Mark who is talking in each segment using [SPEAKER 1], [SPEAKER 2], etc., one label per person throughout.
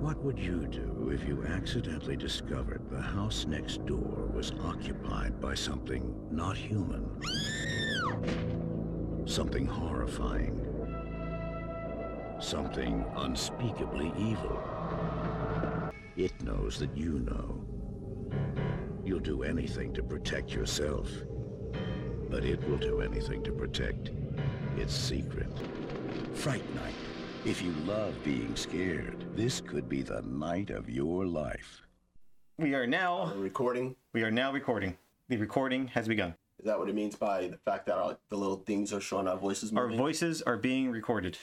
[SPEAKER 1] What would you do if you accidentally discovered the house next door was occupied by something not human? Something horrifying. Something unspeakably evil. It knows that you know. You'll do anything to protect yourself. But it will do anything to protect its secret. Fright Night. If you love being scared, this could be the night of your life.
[SPEAKER 2] We are now
[SPEAKER 3] We're recording.
[SPEAKER 2] we are now recording. The recording has begun.
[SPEAKER 3] Is that what it means by the fact that our, the little things are showing our voices
[SPEAKER 2] Our
[SPEAKER 3] moving?
[SPEAKER 2] voices are being recorded.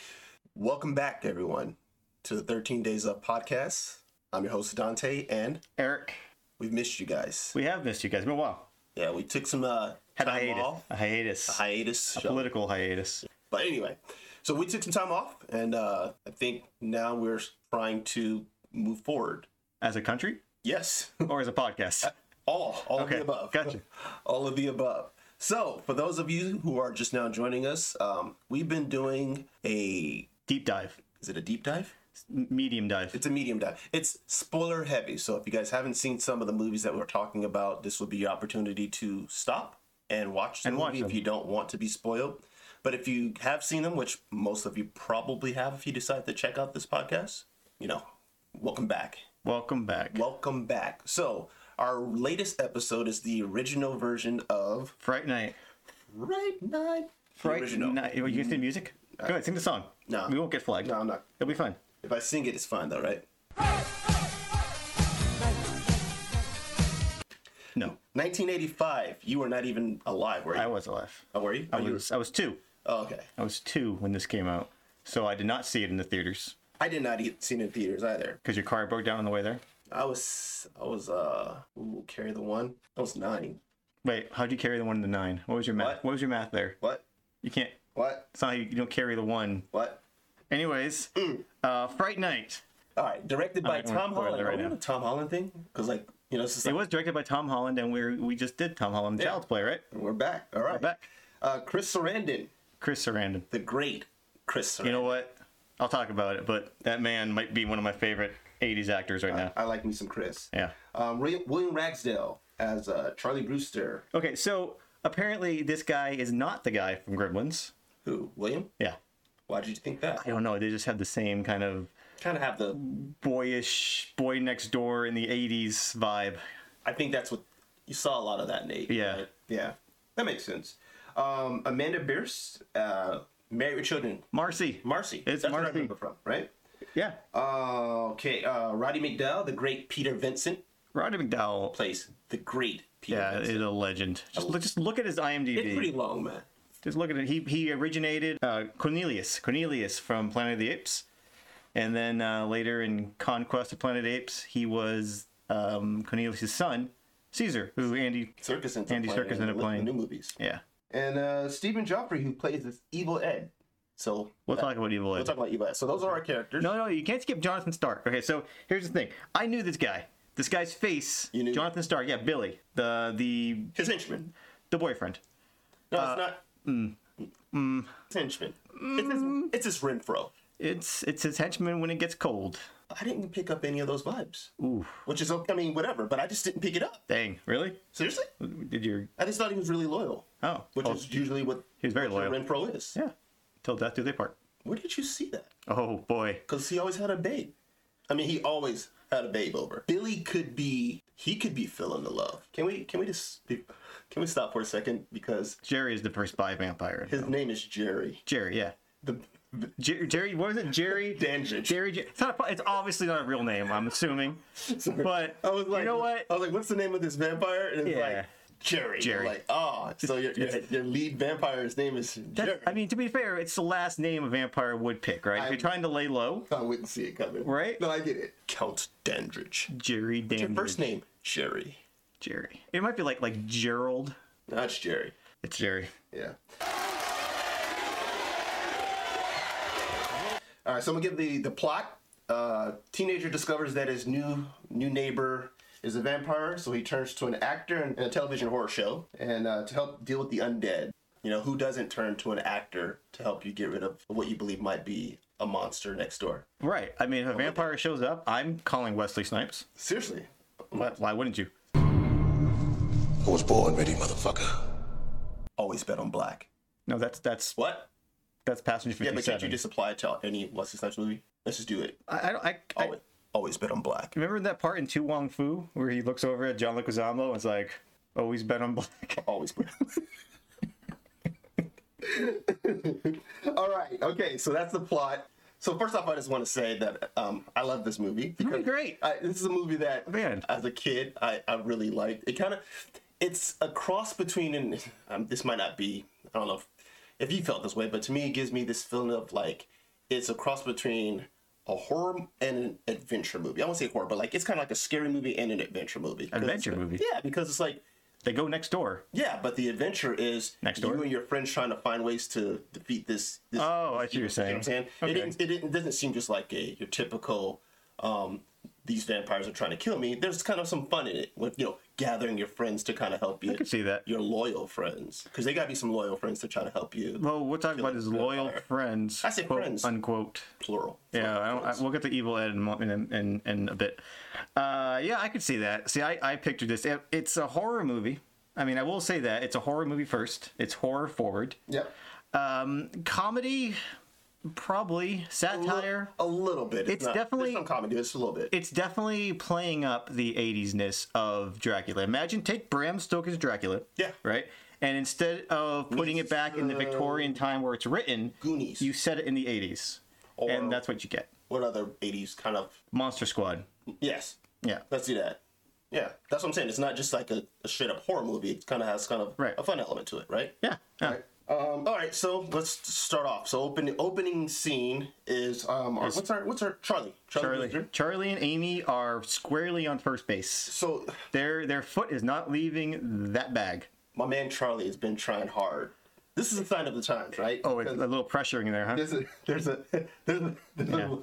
[SPEAKER 3] Welcome back, everyone, to the 13 Days Up podcast. I'm your host, Dante, and
[SPEAKER 2] Eric,
[SPEAKER 3] we've missed you guys.
[SPEAKER 2] we have missed you guys. It's been a while.
[SPEAKER 3] yeah, we took some uh,
[SPEAKER 2] Had a
[SPEAKER 3] time
[SPEAKER 2] hiatus.
[SPEAKER 3] off,
[SPEAKER 2] A hiatus.
[SPEAKER 3] a hiatus.
[SPEAKER 2] A
[SPEAKER 3] shall-
[SPEAKER 2] political hiatus.
[SPEAKER 3] But anyway, so we took some time off, and uh, I think now we're trying to move forward.
[SPEAKER 2] As a country
[SPEAKER 3] Yes,
[SPEAKER 2] or as a podcast?
[SPEAKER 3] all, all
[SPEAKER 2] Okay,
[SPEAKER 3] of the above.
[SPEAKER 2] gotcha.
[SPEAKER 3] all of the above. So, for those of you who are just now joining us, um, we've been doing a
[SPEAKER 2] Deep dive.
[SPEAKER 3] is it a deep dive?
[SPEAKER 2] M- Medium dive.
[SPEAKER 3] It's a medium dive. It's spoiler heavy, so if you guys haven't seen some of the movies that we're talking about, this would be your opportunity to stop and watch the
[SPEAKER 2] And watch
[SPEAKER 3] movie if
[SPEAKER 2] them.
[SPEAKER 3] you don't want to be spoiled. But if you have seen them, which most of you probably have, if you decide to check out this podcast, you know, welcome back.
[SPEAKER 2] Welcome back.
[SPEAKER 3] Welcome back. So our latest episode is the original version of
[SPEAKER 2] Fright Night.
[SPEAKER 3] Right Night.
[SPEAKER 2] Fright
[SPEAKER 3] original. Uh,
[SPEAKER 2] Night. You can sing the music? Go ahead, sing the song.
[SPEAKER 3] No.
[SPEAKER 2] We won't get flagged.
[SPEAKER 3] No, I'm not.
[SPEAKER 2] It'll be fine.
[SPEAKER 3] If I sing it, it's fine though, right?
[SPEAKER 2] No.
[SPEAKER 3] 1985. You were not even alive, were you?
[SPEAKER 2] I was alive.
[SPEAKER 3] Oh, were you?
[SPEAKER 2] I
[SPEAKER 3] Oh, you
[SPEAKER 2] was I was two.
[SPEAKER 3] Oh, okay.
[SPEAKER 2] I was two when this came out. So I did not see it in the theaters.
[SPEAKER 3] I did not eat, see it in theaters either.
[SPEAKER 2] Because your car broke down on the way there?
[SPEAKER 3] I was, I was, uh, ooh, carry the one. I was nine.
[SPEAKER 2] Wait, how'd you carry the one and the nine? What was your math?
[SPEAKER 3] What?
[SPEAKER 2] What, was your math there?
[SPEAKER 3] What?
[SPEAKER 2] You can't.
[SPEAKER 3] What?
[SPEAKER 2] It's not how you, you don't carry the one.
[SPEAKER 3] What?
[SPEAKER 2] Anyways, uh, Fright Night.
[SPEAKER 3] All right. Directed by
[SPEAKER 2] I'm not gonna
[SPEAKER 3] Tom
[SPEAKER 2] spoil it
[SPEAKER 3] Holland.
[SPEAKER 2] right
[SPEAKER 3] Are we
[SPEAKER 2] now.
[SPEAKER 3] on a Tom Holland thing? Because like, you know, it's just
[SPEAKER 2] It
[SPEAKER 3] like,
[SPEAKER 2] was directed by Tom Holland, and we are we just did Tom Holland
[SPEAKER 3] Yeah.
[SPEAKER 2] Child's Play, right?
[SPEAKER 3] we're back. All right.
[SPEAKER 2] Back,
[SPEAKER 3] Uh, Chris Sarandon,
[SPEAKER 2] Chris Sarandon.
[SPEAKER 3] the great Chris Sarandon.
[SPEAKER 2] You know what? I'll talk about it, but that man might be one of my favorite '80s actors right now.
[SPEAKER 3] I like me some Chris.
[SPEAKER 2] Yeah.
[SPEAKER 3] Um, Ray, William Ragsdale as uh, Charlie Brewster.
[SPEAKER 2] Okay, so apparently this guy is not the guy from Gremlins.
[SPEAKER 3] Who? William?
[SPEAKER 2] Yeah.
[SPEAKER 3] Why did you think that?
[SPEAKER 2] I don't know. They just have the same kind of
[SPEAKER 3] Kind of have the.
[SPEAKER 2] boyish boy next door in the 80s vibe.
[SPEAKER 3] I think that's what you saw a lot of that, Nate.
[SPEAKER 2] Yeah.
[SPEAKER 3] Yeah, that makes sense. Um, Amanda Bierce, uh, Married with Children,
[SPEAKER 2] Marcy.
[SPEAKER 3] Marcy.
[SPEAKER 2] It's
[SPEAKER 3] That's where I
[SPEAKER 2] Marcy.
[SPEAKER 3] remember from, right?
[SPEAKER 2] Yeah.
[SPEAKER 3] Uh, okay, uh, Roddy McDowell, the great Peter Vincent,
[SPEAKER 2] Roddy McDowell.
[SPEAKER 3] plays the great Peter
[SPEAKER 2] Yeah,
[SPEAKER 3] Vincent.
[SPEAKER 2] is a legend. Just look, just look at his IMDb.
[SPEAKER 3] It's pretty long, man.
[SPEAKER 2] Just look at it. He he originated uh, Cornelius Cornelius from Planet of the Apes, and then uh, later in Conquest of Planet of the Apes, he was um, Cornelius' son, Caesar, who Andy.
[SPEAKER 3] Circus and
[SPEAKER 2] Andy Serkis ended up playing.
[SPEAKER 3] new movies,
[SPEAKER 2] Yeah,
[SPEAKER 3] and uh, Stephen Joffrey, who plays this evil Ed. So
[SPEAKER 2] we'll talk about Evil
[SPEAKER 3] we'll
[SPEAKER 2] Ed.
[SPEAKER 3] talk about evil Ed. So those are our characters.
[SPEAKER 2] no, no, you can't skip Jonathan Stark. Okay, so here's the thing. I knew this guy. This guy's face.
[SPEAKER 3] You knew?
[SPEAKER 2] Jonathan Stark. Yeah, Billy, the the
[SPEAKER 3] His henchman.
[SPEAKER 2] the boyfriend.
[SPEAKER 3] No,
[SPEAKER 2] Uh,
[SPEAKER 3] it's not.
[SPEAKER 2] mm.
[SPEAKER 3] It's henchman. It's, his, it's his Renfro.
[SPEAKER 2] It's it's his henchman when it gets cold.
[SPEAKER 3] I didn't pick up any of those vibes.
[SPEAKER 2] Ooh,
[SPEAKER 3] Which is, okay- I mean, whatever, but I just didn't pick it up.
[SPEAKER 2] dang, really?
[SPEAKER 3] Seriously?
[SPEAKER 2] Did your
[SPEAKER 3] I just thought he was really loyal,
[SPEAKER 2] oh?
[SPEAKER 3] which
[SPEAKER 2] oh,
[SPEAKER 3] is usually what
[SPEAKER 2] he's very
[SPEAKER 3] Peter
[SPEAKER 2] loyal.
[SPEAKER 3] Renfro is.
[SPEAKER 2] Yeah. Till death do they part.
[SPEAKER 3] Where did you see that?
[SPEAKER 2] Oh boy.
[SPEAKER 3] Because he always had a babe. I mean, he always had a babe over. Billy could be, he could be feeling the love. Can we, can we just, be, can we stop for a second? Because
[SPEAKER 2] Jerry is the first spy vampire.
[SPEAKER 3] his name is Jerry.
[SPEAKER 2] Jerry, yeah.
[SPEAKER 3] The, the
[SPEAKER 2] Jer- Jerry, what was it? Jerry.
[SPEAKER 3] Dandridge.
[SPEAKER 2] Jerry. Jer- It's, not a, it's obviously not a real name. I'm assuming. But
[SPEAKER 3] I was like,
[SPEAKER 2] you know what?
[SPEAKER 3] I was like, oh, what's the name of this vampire? And it's
[SPEAKER 2] Yeah.
[SPEAKER 3] like Jerry.
[SPEAKER 2] Jerry.
[SPEAKER 3] Like, oh, so your, your,
[SPEAKER 2] Just-
[SPEAKER 3] your lead vampire's name is Jerry.
[SPEAKER 2] That's- I mean, to be fair, it's the last name a vampire would pick, right? if you're trying to lay low,
[SPEAKER 3] I wouldn't see it coming.
[SPEAKER 2] Right?
[SPEAKER 3] No, I get it. Count Dandridge.
[SPEAKER 2] Jerry
[SPEAKER 3] Your
[SPEAKER 2] Dandridge.
[SPEAKER 3] first name, Jerry.
[SPEAKER 2] Jerry. It might be like like Gerald.
[SPEAKER 3] That's Jerry.
[SPEAKER 2] It's Jerry.
[SPEAKER 3] Yeah. All right, so I'm gonna give the the plot. Uh, teenager discovers that his new new neighbor is a vampire, so he turns to an actor in a television horror show, and uh, to help deal with the undead. You know, who doesn't turn to an actor to help you get rid of what you believe might be a a monster next door.
[SPEAKER 2] Right. I mean, if a vampire shows up, I'm calling Wesley Snipes.
[SPEAKER 3] Seriously.
[SPEAKER 2] Why, why wouldn't you?
[SPEAKER 4] I was born ready, motherfucker.
[SPEAKER 3] Always bet on black.
[SPEAKER 2] No, that's that's
[SPEAKER 3] What?
[SPEAKER 2] that's Passenger
[SPEAKER 3] Yeah, but
[SPEAKER 2] 57.
[SPEAKER 3] can't you just apply it to any Wesley Snipes movie? Let's just do it.
[SPEAKER 2] I, I, don't- I, I
[SPEAKER 3] Always, always bet on black.
[SPEAKER 2] remember that part in Tu Wong Fu where he looks over at John Leguizamo and is like, "Always bet on black."
[SPEAKER 3] Always bet. All right. Okay. So that's the plot. So first off, I just want to say that um, I love this movie. because
[SPEAKER 2] great.
[SPEAKER 3] I, this is a movie that,
[SPEAKER 2] Man.
[SPEAKER 3] as a kid, I, I really liked. It kind of, it's a cross between, and um, this might not be, I don't know if, if you felt this way, but to me, it gives me this feeling of like, it's a cross between a horror and an adventure movie. I won't say horror, but like it's kind of like a scary movie and an adventure movie. 'Cause it's-
[SPEAKER 2] Adventure movie.
[SPEAKER 3] Yeah, because it's like
[SPEAKER 2] They go next door.
[SPEAKER 3] yeah, but the adventure is
[SPEAKER 2] Next door?
[SPEAKER 3] you and your friends trying to find ways to defeat this. this
[SPEAKER 2] Oh, I see what
[SPEAKER 3] evil,
[SPEAKER 2] you're saying.
[SPEAKER 3] You know what I'm saying?
[SPEAKER 2] Okay.
[SPEAKER 3] It, didn't, it didn't, doesn't seem just like a your typical. Um, these vampires are trying to kill me. There's kind of some fun in it with you know gathering your friends to kind of help you.
[SPEAKER 2] I could see that.
[SPEAKER 3] your loyal friends because they got to be some loyal friends to try to help you.
[SPEAKER 2] Well, we're talking about his loyal
[SPEAKER 3] vampire.
[SPEAKER 2] friends.
[SPEAKER 3] I said
[SPEAKER 2] quote,
[SPEAKER 3] friends.
[SPEAKER 2] Unquote.
[SPEAKER 3] plural.
[SPEAKER 2] Yeah, I don't, I, we'll get to evil Ed in, a mo- in, a- in, in a bit. Uh, yeah, I could see that. See, I, I pictured this. It- it's a horror movie. I mean, I will say that it's a horror movie first. It's horror forward.
[SPEAKER 3] Yep.
[SPEAKER 2] Um, comedy, probably satire.
[SPEAKER 3] A little bit.
[SPEAKER 2] It's definitely-
[SPEAKER 3] there's some comedy. but It's a little bit.
[SPEAKER 2] It's definitely playing up the '80s-ness of Dracula. Imagine take Bram Stoker's Dracula.
[SPEAKER 3] Yeah.
[SPEAKER 2] Right. And instead of putting it back in the
[SPEAKER 3] Uh,
[SPEAKER 2] Victorian time where it's written,
[SPEAKER 3] Goonies.
[SPEAKER 2] you set it in the '80s,
[SPEAKER 3] Or-
[SPEAKER 2] and that's what you get.
[SPEAKER 3] what other '80s kind of?
[SPEAKER 2] Monster Squad.
[SPEAKER 3] Yes.
[SPEAKER 2] Yeah.
[SPEAKER 3] Let's do that. Yeah, that's what I'm saying. It's not just like a, a straight up horror movie. It kind of has kind of
[SPEAKER 2] Right.
[SPEAKER 3] a fun element to it, right?
[SPEAKER 2] Yeah. yeah.
[SPEAKER 3] Um, all right, so let's start off. So open opening scene is um, our, what's our what's our Charlie
[SPEAKER 2] Charlie,
[SPEAKER 3] Booster.
[SPEAKER 2] Charlie and Amy are squarely on first base.
[SPEAKER 3] So
[SPEAKER 2] Their their foot is not leaving that bag.
[SPEAKER 3] my man Charlie has been trying hard. This is a sign of the times, right?
[SPEAKER 2] Oh, it's a little pressuring there, huh?
[SPEAKER 3] there's a there's a there's a, there's a-
[SPEAKER 2] Yeah.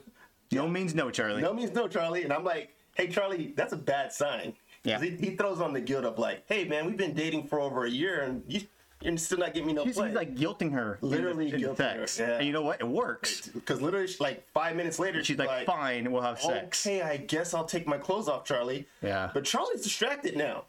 [SPEAKER 2] No means no, Charlie.
[SPEAKER 3] no means no, Charlie. And I'm like, hey, Charlie, that's a bad sign.
[SPEAKER 2] Yeah.
[SPEAKER 3] 'Cause He, he throws on the guilt of like, hey, man, we've been dating for over a year, and you, you're still not getting me no
[SPEAKER 2] He's,
[SPEAKER 3] play.
[SPEAKER 2] he's like guilting her. in the-
[SPEAKER 3] Literally
[SPEAKER 2] in the
[SPEAKER 3] guilting her,
[SPEAKER 2] sex.
[SPEAKER 3] yeah.
[SPEAKER 2] And you know what? It works.
[SPEAKER 3] Because literally, she- like five minutes later,
[SPEAKER 2] She's like, fine, we'll have sex.
[SPEAKER 3] Okay, I guess I'll take my clothes off, Charlie.
[SPEAKER 2] Yeah.
[SPEAKER 3] But Charlie's distracted now,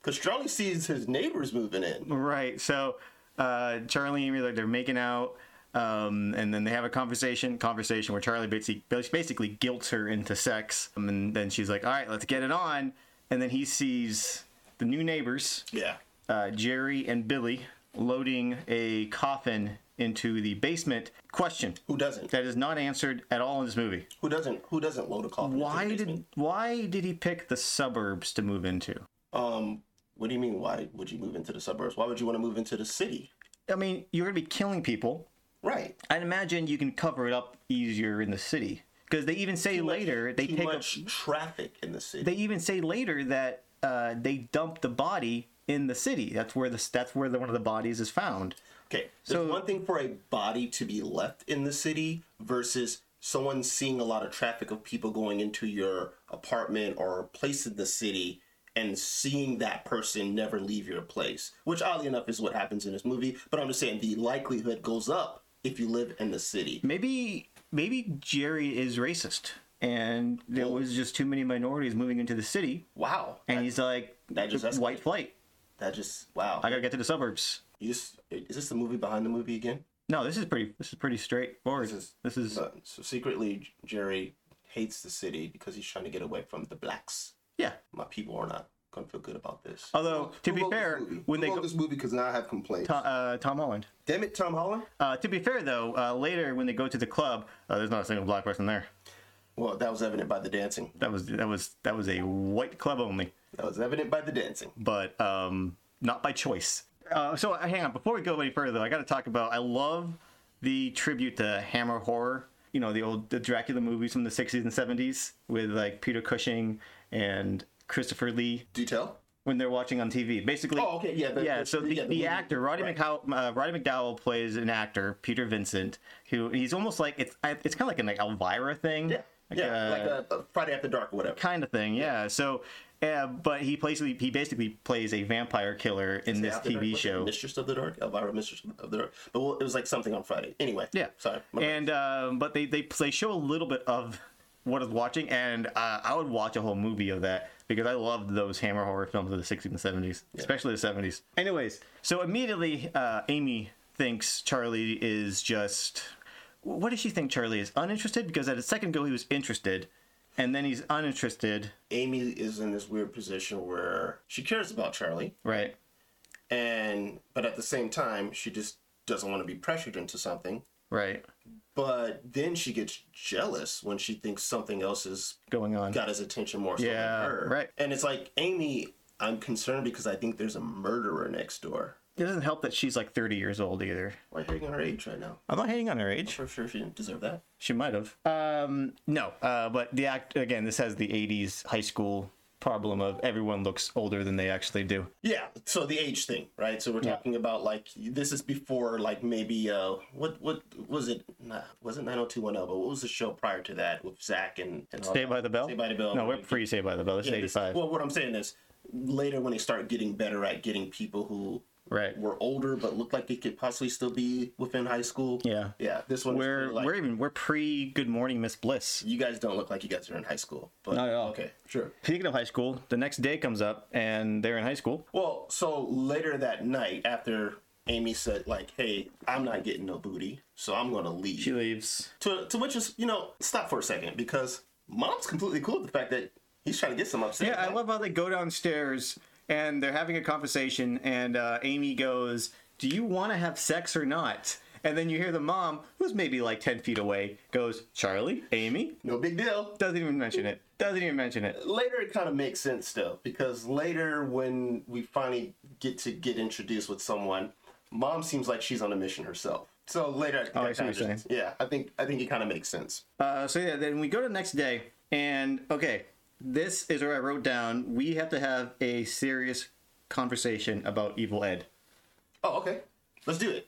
[SPEAKER 3] because Charlie sees his neighbors moving in.
[SPEAKER 2] Right. So uh, Charlie and Amy, like they're making out, um, and then they have a conversation. Conversation where Charlie basically, basically guilts her into sex, um, and then she's like, "All right, let's get it on." And then he sees the new neighbors.
[SPEAKER 3] Yeah.
[SPEAKER 2] uh, Jerry and Billy loading a coffin into the basement. Question
[SPEAKER 3] Who doesn't?
[SPEAKER 2] that is not answered at all in this movie.
[SPEAKER 3] Who doesn't? Who doesn't load a coffin? into
[SPEAKER 2] Why
[SPEAKER 3] the
[SPEAKER 2] did
[SPEAKER 3] basement?
[SPEAKER 2] why did he pick the suburbs to move into?
[SPEAKER 3] Um. What do you mean? Why would you move into the suburbs? Why would you want to move into the city?
[SPEAKER 2] I mean, you're gonna be killing people.
[SPEAKER 3] Right.
[SPEAKER 2] I'd imagine you can cover it up easier in the city because they even say later they
[SPEAKER 3] Too
[SPEAKER 2] take a,
[SPEAKER 3] much traffic in the city.
[SPEAKER 2] they even say later that uh, they dump the body in the city. That's where the that's where the, one of the bodies is found.
[SPEAKER 3] Okay, there's
[SPEAKER 2] So-
[SPEAKER 3] one thing for a body to be left in the city versus someone seeing a lot of traffic of people going into your apartment or place in the city and seeing that person never leave your place, which oddly enough is what happens in this movie. But I'm just saying the likelihood goes up if you live in the city.
[SPEAKER 2] maybe maybe Jerry is racist and there was just too many minorities moving into the city
[SPEAKER 3] Wow,
[SPEAKER 2] and he's like
[SPEAKER 3] Oh. that just escalated.
[SPEAKER 2] white flight.
[SPEAKER 3] that just wow.
[SPEAKER 2] I gotta get to the suburbs.
[SPEAKER 3] you just is this the movie behind the movie again?
[SPEAKER 2] No, this is pretty this is pretty straightforward.
[SPEAKER 3] This is-
[SPEAKER 2] This is
[SPEAKER 3] Uh, so secretly, Jerry hates the city because he's trying to get away from the blacks.
[SPEAKER 2] yeah.
[SPEAKER 3] my people are not gonna feel good about this.
[SPEAKER 2] Although to be fair, when they go,
[SPEAKER 3] this movie because now I have complaints.
[SPEAKER 2] Tom, uh, Tom Holland.
[SPEAKER 3] Damn it, Tom Holland.
[SPEAKER 2] Uh, to be fair though, uh, later when they go to the club, uh, there's not a single black person there.
[SPEAKER 3] Well, that was evident by the dancing.
[SPEAKER 2] That was that was that was a white club only.
[SPEAKER 3] That was evident by the dancing.
[SPEAKER 2] but um, not by choice. Uh, so uh, hang on, before we go any further, though, I got to talk about. I love the tribute to Hammer horror. You know the old the Dracula movies from the '60s and '70s with like Peter Cushing and Christopher Lee
[SPEAKER 3] Detail.
[SPEAKER 2] when they're watching on TV. Basically,
[SPEAKER 3] Oh, okay, yeah. The,
[SPEAKER 2] yeah. So the, the,
[SPEAKER 3] movie.
[SPEAKER 2] actor Roddy McDowell, uh, Roddy McDowell plays an actor Peter Vincent who he's almost like it's I- it's kind of like an like Elvira thing.
[SPEAKER 3] Yeah,
[SPEAKER 2] Like,
[SPEAKER 3] yeah,
[SPEAKER 2] uh,
[SPEAKER 3] like a, Friday After Dark or whatever.
[SPEAKER 2] kind of thing yeah so Yeah, but he basically he basically plays a vampire killer in this
[SPEAKER 3] After Dark,
[SPEAKER 2] TV
[SPEAKER 3] what's it?
[SPEAKER 2] show.
[SPEAKER 3] Mistress of the Dark, Elvira, Mistress of the Dark. But well, it was like something on Friday. Anyway,
[SPEAKER 2] Yeah.
[SPEAKER 3] sorry. my bad.
[SPEAKER 2] And um, but they, they they show a little bit of what is watching, and uh, I would watch a whole movie of that because I loved those Hammer horror films of the 60s and 70s, especially the 70s. Anyways, so immediately uh, Amy thinks Charlie is just. What does she think Charlie is uninterested? Because at a second ago he was interested, and then he's uninterested,
[SPEAKER 3] Amy is in this weird position where she cares about Charlie,
[SPEAKER 2] right?
[SPEAKER 3] and but at the same time, she just doesn't want to be pressured into something.
[SPEAKER 2] Right,
[SPEAKER 3] But then she gets jealous when she thinks something else has
[SPEAKER 2] going on.
[SPEAKER 3] got his attention more so
[SPEAKER 2] Yeah,
[SPEAKER 3] than her.
[SPEAKER 2] right.
[SPEAKER 3] And it's like, Amy, I'm concerned because I think there's a murderer next door.
[SPEAKER 2] It doesn't help that she's like 30 years old either.
[SPEAKER 3] Why are you hating on her age right now?
[SPEAKER 2] I'm not hating on her age.
[SPEAKER 3] For sure she didn't deserve that.
[SPEAKER 2] She might have. Um, no, uh, but the act again. This has the '80s high school problem of everyone looks older than they actually do.
[SPEAKER 3] Yeah, so the age thing, right? So we're talking about like this is before like maybe uh what what was it? Nah, was it 90210? But what was the show prior to that with Zach and, and all
[SPEAKER 2] Stay
[SPEAKER 3] that?
[SPEAKER 2] by the bell.
[SPEAKER 3] Stay by the bell.
[SPEAKER 2] No, we're free. Stay by the bell. This is
[SPEAKER 3] Yeah, this-
[SPEAKER 2] '85.
[SPEAKER 3] Well, what I'm saying is later when they start getting better at getting people who
[SPEAKER 2] Right.
[SPEAKER 3] were older but looked like they could possibly still be within high school.
[SPEAKER 2] Yeah.
[SPEAKER 3] Yeah, this one is
[SPEAKER 2] We're
[SPEAKER 3] kinda like,
[SPEAKER 2] we're even we're pre Good Morning Miss Bliss.
[SPEAKER 3] you guys don't look like you guys are in high school. But
[SPEAKER 2] Not at all.
[SPEAKER 3] Oh, okay, sure.
[SPEAKER 2] Speaking of high school, the next day comes up and they're in high school.
[SPEAKER 3] Well, so later that night after Amy said like, "Hey, I'm not getting no booty, so I'm going to leave."
[SPEAKER 2] She leaves.
[SPEAKER 3] to to which is, you know, stop for a second because mom's completely cool with the fact that he's trying to get some upset.
[SPEAKER 2] Yeah, I love how they go downstairs and they're having a conversation, and uh, Amy goes, "Do you want to have sex or not?" And then you hear the mom, who's maybe like ten feet away, goes, "Charlie, Amy."
[SPEAKER 3] no big deal.
[SPEAKER 2] Doesn't even mention it. Doesn't even mention it.
[SPEAKER 3] Later, it kind of makes sense though because later when we finally get to get introduced with someone, mom seems like she's on a mission herself. So later, I think
[SPEAKER 2] Oh, I
[SPEAKER 3] that
[SPEAKER 2] see what
[SPEAKER 3] kinda
[SPEAKER 2] you're
[SPEAKER 3] just- Yeah, I think I think it kind of makes sense.
[SPEAKER 2] Uh, so yeah, then we go to the next day, and okay, this is where I wrote down. We have to have a serious conversation about Evil Ed.
[SPEAKER 3] Oh, okay. Let's do it.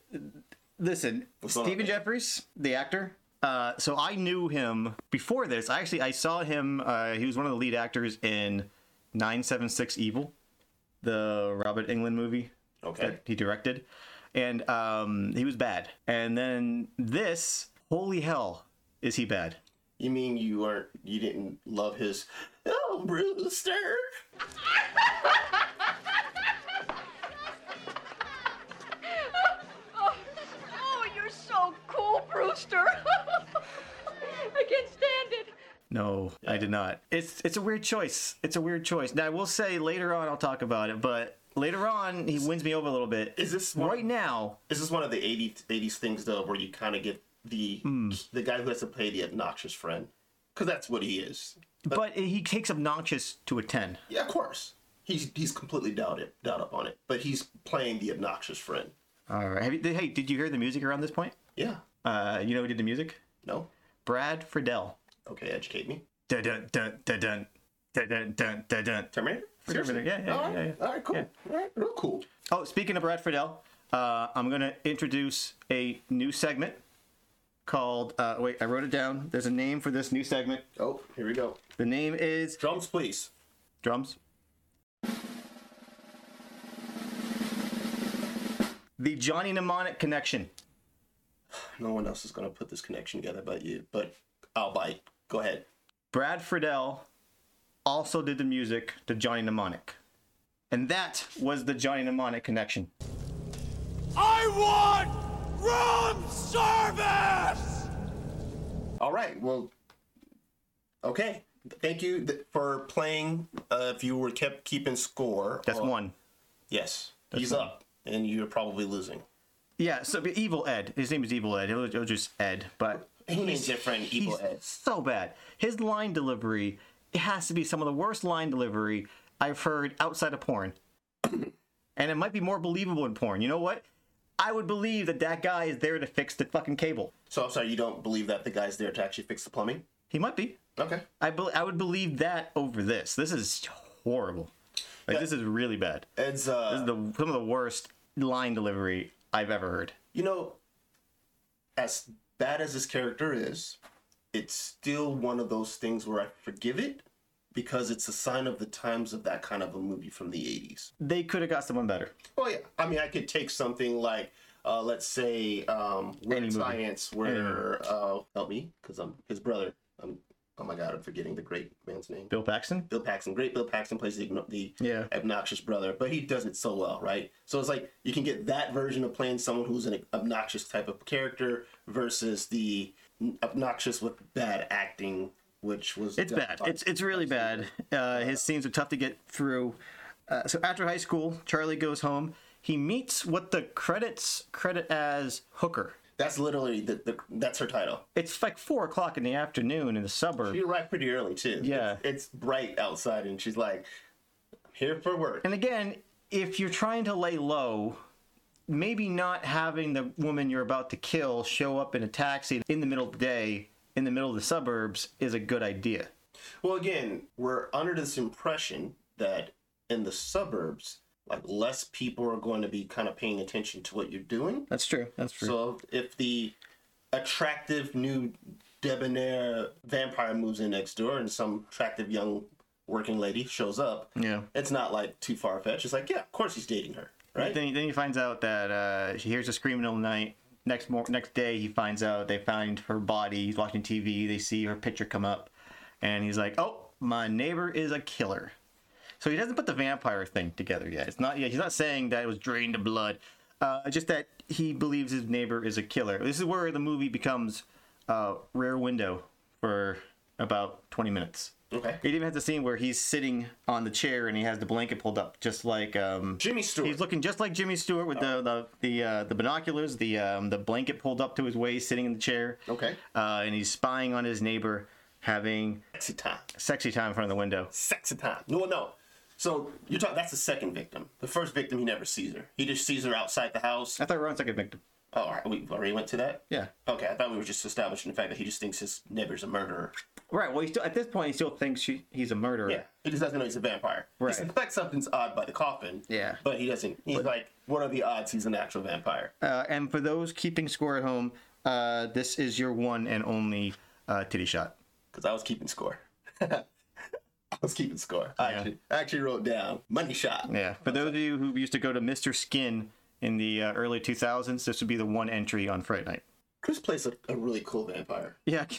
[SPEAKER 2] Listen,
[SPEAKER 3] going on,
[SPEAKER 2] Stephen
[SPEAKER 3] man?
[SPEAKER 2] Jeffries, the actor. Uh, so I knew him before this. I actually I saw him. Uh, he was one of the lead actors in Nine Seven Six Evil, the Robert England movie
[SPEAKER 3] Okay.
[SPEAKER 2] that he directed, and um, he was bad. And then this, holy hell, is he bad?
[SPEAKER 3] You mean you weren't you didn't love his Oh Brewster?
[SPEAKER 5] Oh, oh, you're so cool, Brewster. I can't stand it.
[SPEAKER 2] No, I did not. It's it's a weird choice. It's a weird choice. Now I will say later on I'll talk about it, but later on he wins me over a little bit.
[SPEAKER 3] Is this one,
[SPEAKER 2] right now?
[SPEAKER 3] Is this one of the 80, 80s things though where you kinda get the
[SPEAKER 2] Hmm.
[SPEAKER 3] the guy who has to play the obnoxious friend? Because that's what he is.
[SPEAKER 2] But he takes obnoxious to a ten.
[SPEAKER 3] Yeah, of course. He's he's completely doubted doubt up on it. But he's playing the obnoxious friend.
[SPEAKER 2] All right. Have you, hey, did you hear the music around this point?
[SPEAKER 3] Yeah.
[SPEAKER 2] Uh, you know who did the music?
[SPEAKER 3] No?
[SPEAKER 2] Brad Friedel.
[SPEAKER 3] Okay, educate me.
[SPEAKER 2] Dun dun dun dun dun dun dun dun dun. dun.
[SPEAKER 3] Terminator? Seriously?
[SPEAKER 2] Yeah, yeah,
[SPEAKER 3] All
[SPEAKER 2] yeah,
[SPEAKER 3] right.
[SPEAKER 2] yeah.
[SPEAKER 3] All right, cool. All right, real cool.
[SPEAKER 2] Oh, speaking of Brad Friedel, uh, I'm gonna introduce a new segment called. Uh, wait, I wrote it down. There's a name for this new segment.
[SPEAKER 3] Oh, here we go.
[SPEAKER 2] The name is
[SPEAKER 3] Drums, please.
[SPEAKER 2] Drums. The Johnny Mnemonic Connection.
[SPEAKER 3] No one else is gonna put this connection together but you, but I'll bite. Go ahead.
[SPEAKER 2] Brad Friedel also did the music to Johnny Mnemonic. And that was the Johnny Mnemonic Connection.
[SPEAKER 6] I want room service!
[SPEAKER 3] All right. Well, okay. Thank you th- for playing. Uh, if you were kept keeping score,
[SPEAKER 2] That's
[SPEAKER 3] uh,
[SPEAKER 2] one.
[SPEAKER 3] Yes, he's
[SPEAKER 2] one.
[SPEAKER 3] up, and you're probably losing.
[SPEAKER 2] Yeah, so but Evil Ed. His name is Evil Ed. It was, it was just Ed, but
[SPEAKER 3] He named your friend Evil
[SPEAKER 2] he's
[SPEAKER 3] Ed.
[SPEAKER 2] so bad. His line delivery it has to be some of the worst line delivery I've heard outside of porn. and it might be more believable in porn. You know what? I would believe that that guy is there to fix the fucking cable.
[SPEAKER 3] So I'm sorry, you don't believe that the guy's there to actually fix the plumbing?
[SPEAKER 2] He might be.
[SPEAKER 3] Okay.
[SPEAKER 2] I bel I would believe that over this. This is horrible. Like this is really bad.
[SPEAKER 3] Ed's
[SPEAKER 2] This
[SPEAKER 3] uh,
[SPEAKER 2] is the some of the worst line delivery I've ever heard.
[SPEAKER 3] you know, as bad as this character is, it's still one of those things where I forgive it because it's a sign of the times of that kind of a movie from the 80s.
[SPEAKER 2] They could have got someone better.
[SPEAKER 3] Well, yeah. I mean, I could take something like, uh, let's say, um, Weird
[SPEAKER 2] Any movie.
[SPEAKER 3] Science, where, uh, help me, because I'm his brother. I'm, oh my God, I'm forgetting the great man's name.
[SPEAKER 2] Bill Paxton.
[SPEAKER 3] Bill Paxton, great Bill Paxton plays the, igno- the
[SPEAKER 2] Yeah.
[SPEAKER 3] obnoxious brother, but he does it so well, right? So it's like you can get that version of playing someone who's an obnoxious type of character versus the obnoxious with bad acting, which was
[SPEAKER 2] It's
[SPEAKER 3] done
[SPEAKER 2] bad.
[SPEAKER 3] by-
[SPEAKER 2] It's it's really bad. Uh, his scenes are tough to get through. Uh, so after high school, Charlie goes home. He meets what the credits credit as Hooker.
[SPEAKER 3] that's literally the, the that's her title.
[SPEAKER 2] It's like four o'clock in the afternoon in the suburb,
[SPEAKER 3] You arrived pretty early too.
[SPEAKER 2] Yeah.
[SPEAKER 3] it's, it's bright outside, and she's like, "I'm here for work."
[SPEAKER 2] And again, if you're trying to lay low, maybe not having the woman you're about to kill show up in a taxi in the middle of the day, in the middle of the suburbs, is a good idea.
[SPEAKER 3] Well, again, we're under this impression that in the suburbs, like less people are going to be kind of paying attention to what you're doing.
[SPEAKER 2] That's true. That's true.
[SPEAKER 3] So if the attractive new debonair vampire moves in next door and some attractive young working lady shows up,
[SPEAKER 2] yeah.
[SPEAKER 3] it's not like too far fetched. It's like, yeah, of course he's dating her, right?
[SPEAKER 2] Then, he, then he finds out that uh, she hears a screaming all night. Next mor- next day, he finds out they find her body. He's watching TV. They see her picture come up, and he's like, "Oh, my neighbor is a killer." So he doesn't put the vampire thing together yet. It's not yet. He's not saying that it was drained of blood. Uh, just that he believes his neighbor is a killer. This is where the movie becomes uh, rare window for about 20 minutes.
[SPEAKER 3] Okay.
[SPEAKER 2] It even has a scene where he's sitting on the chair and he has the blanket pulled up, just like um,
[SPEAKER 3] Jimmy Stewart.
[SPEAKER 2] He's looking just like Jimmy Stewart with the the the, uh, the binoculars, the um, the blanket pulled up to his waist, sitting in the chair.
[SPEAKER 3] Okay.
[SPEAKER 2] Uh, and he's spying on his neighbor, having
[SPEAKER 3] Sexy time.
[SPEAKER 2] sexy time in front of the window.
[SPEAKER 3] Sexy time. No, no. So you're talking. That's the second victim. The first victim, he never sees her. He just sees her outside the house.
[SPEAKER 2] I thought we were on second victim.
[SPEAKER 3] Oh, all right, we already went to that.
[SPEAKER 2] Uh, Yeah.
[SPEAKER 3] Okay, I thought we were just establishing the fact that he just thinks his neighbor's a murderer.
[SPEAKER 2] Right. Well, he still at this point he still thinks she, he's a murderer.
[SPEAKER 3] Yeah, he just doesn't know he's a vampire.
[SPEAKER 2] Right.
[SPEAKER 3] He suspects something's odd by the coffin.
[SPEAKER 2] Yeah.
[SPEAKER 3] But he doesn't. He's like, what are the odds he's an actual vampire?
[SPEAKER 2] Uh, and for those keeping score at home, uh, this is your one and only uh, titty shot.
[SPEAKER 3] Because I was keeping score. I was keeping score. I, actually, I actually wrote down money shot.
[SPEAKER 2] Yeah. For those of you who used to go to Mr. Skin in the uh, early 2000s, this would be the one entry on Fright Night.
[SPEAKER 3] Chris plays a, a really cool vampire.
[SPEAKER 2] Yeah.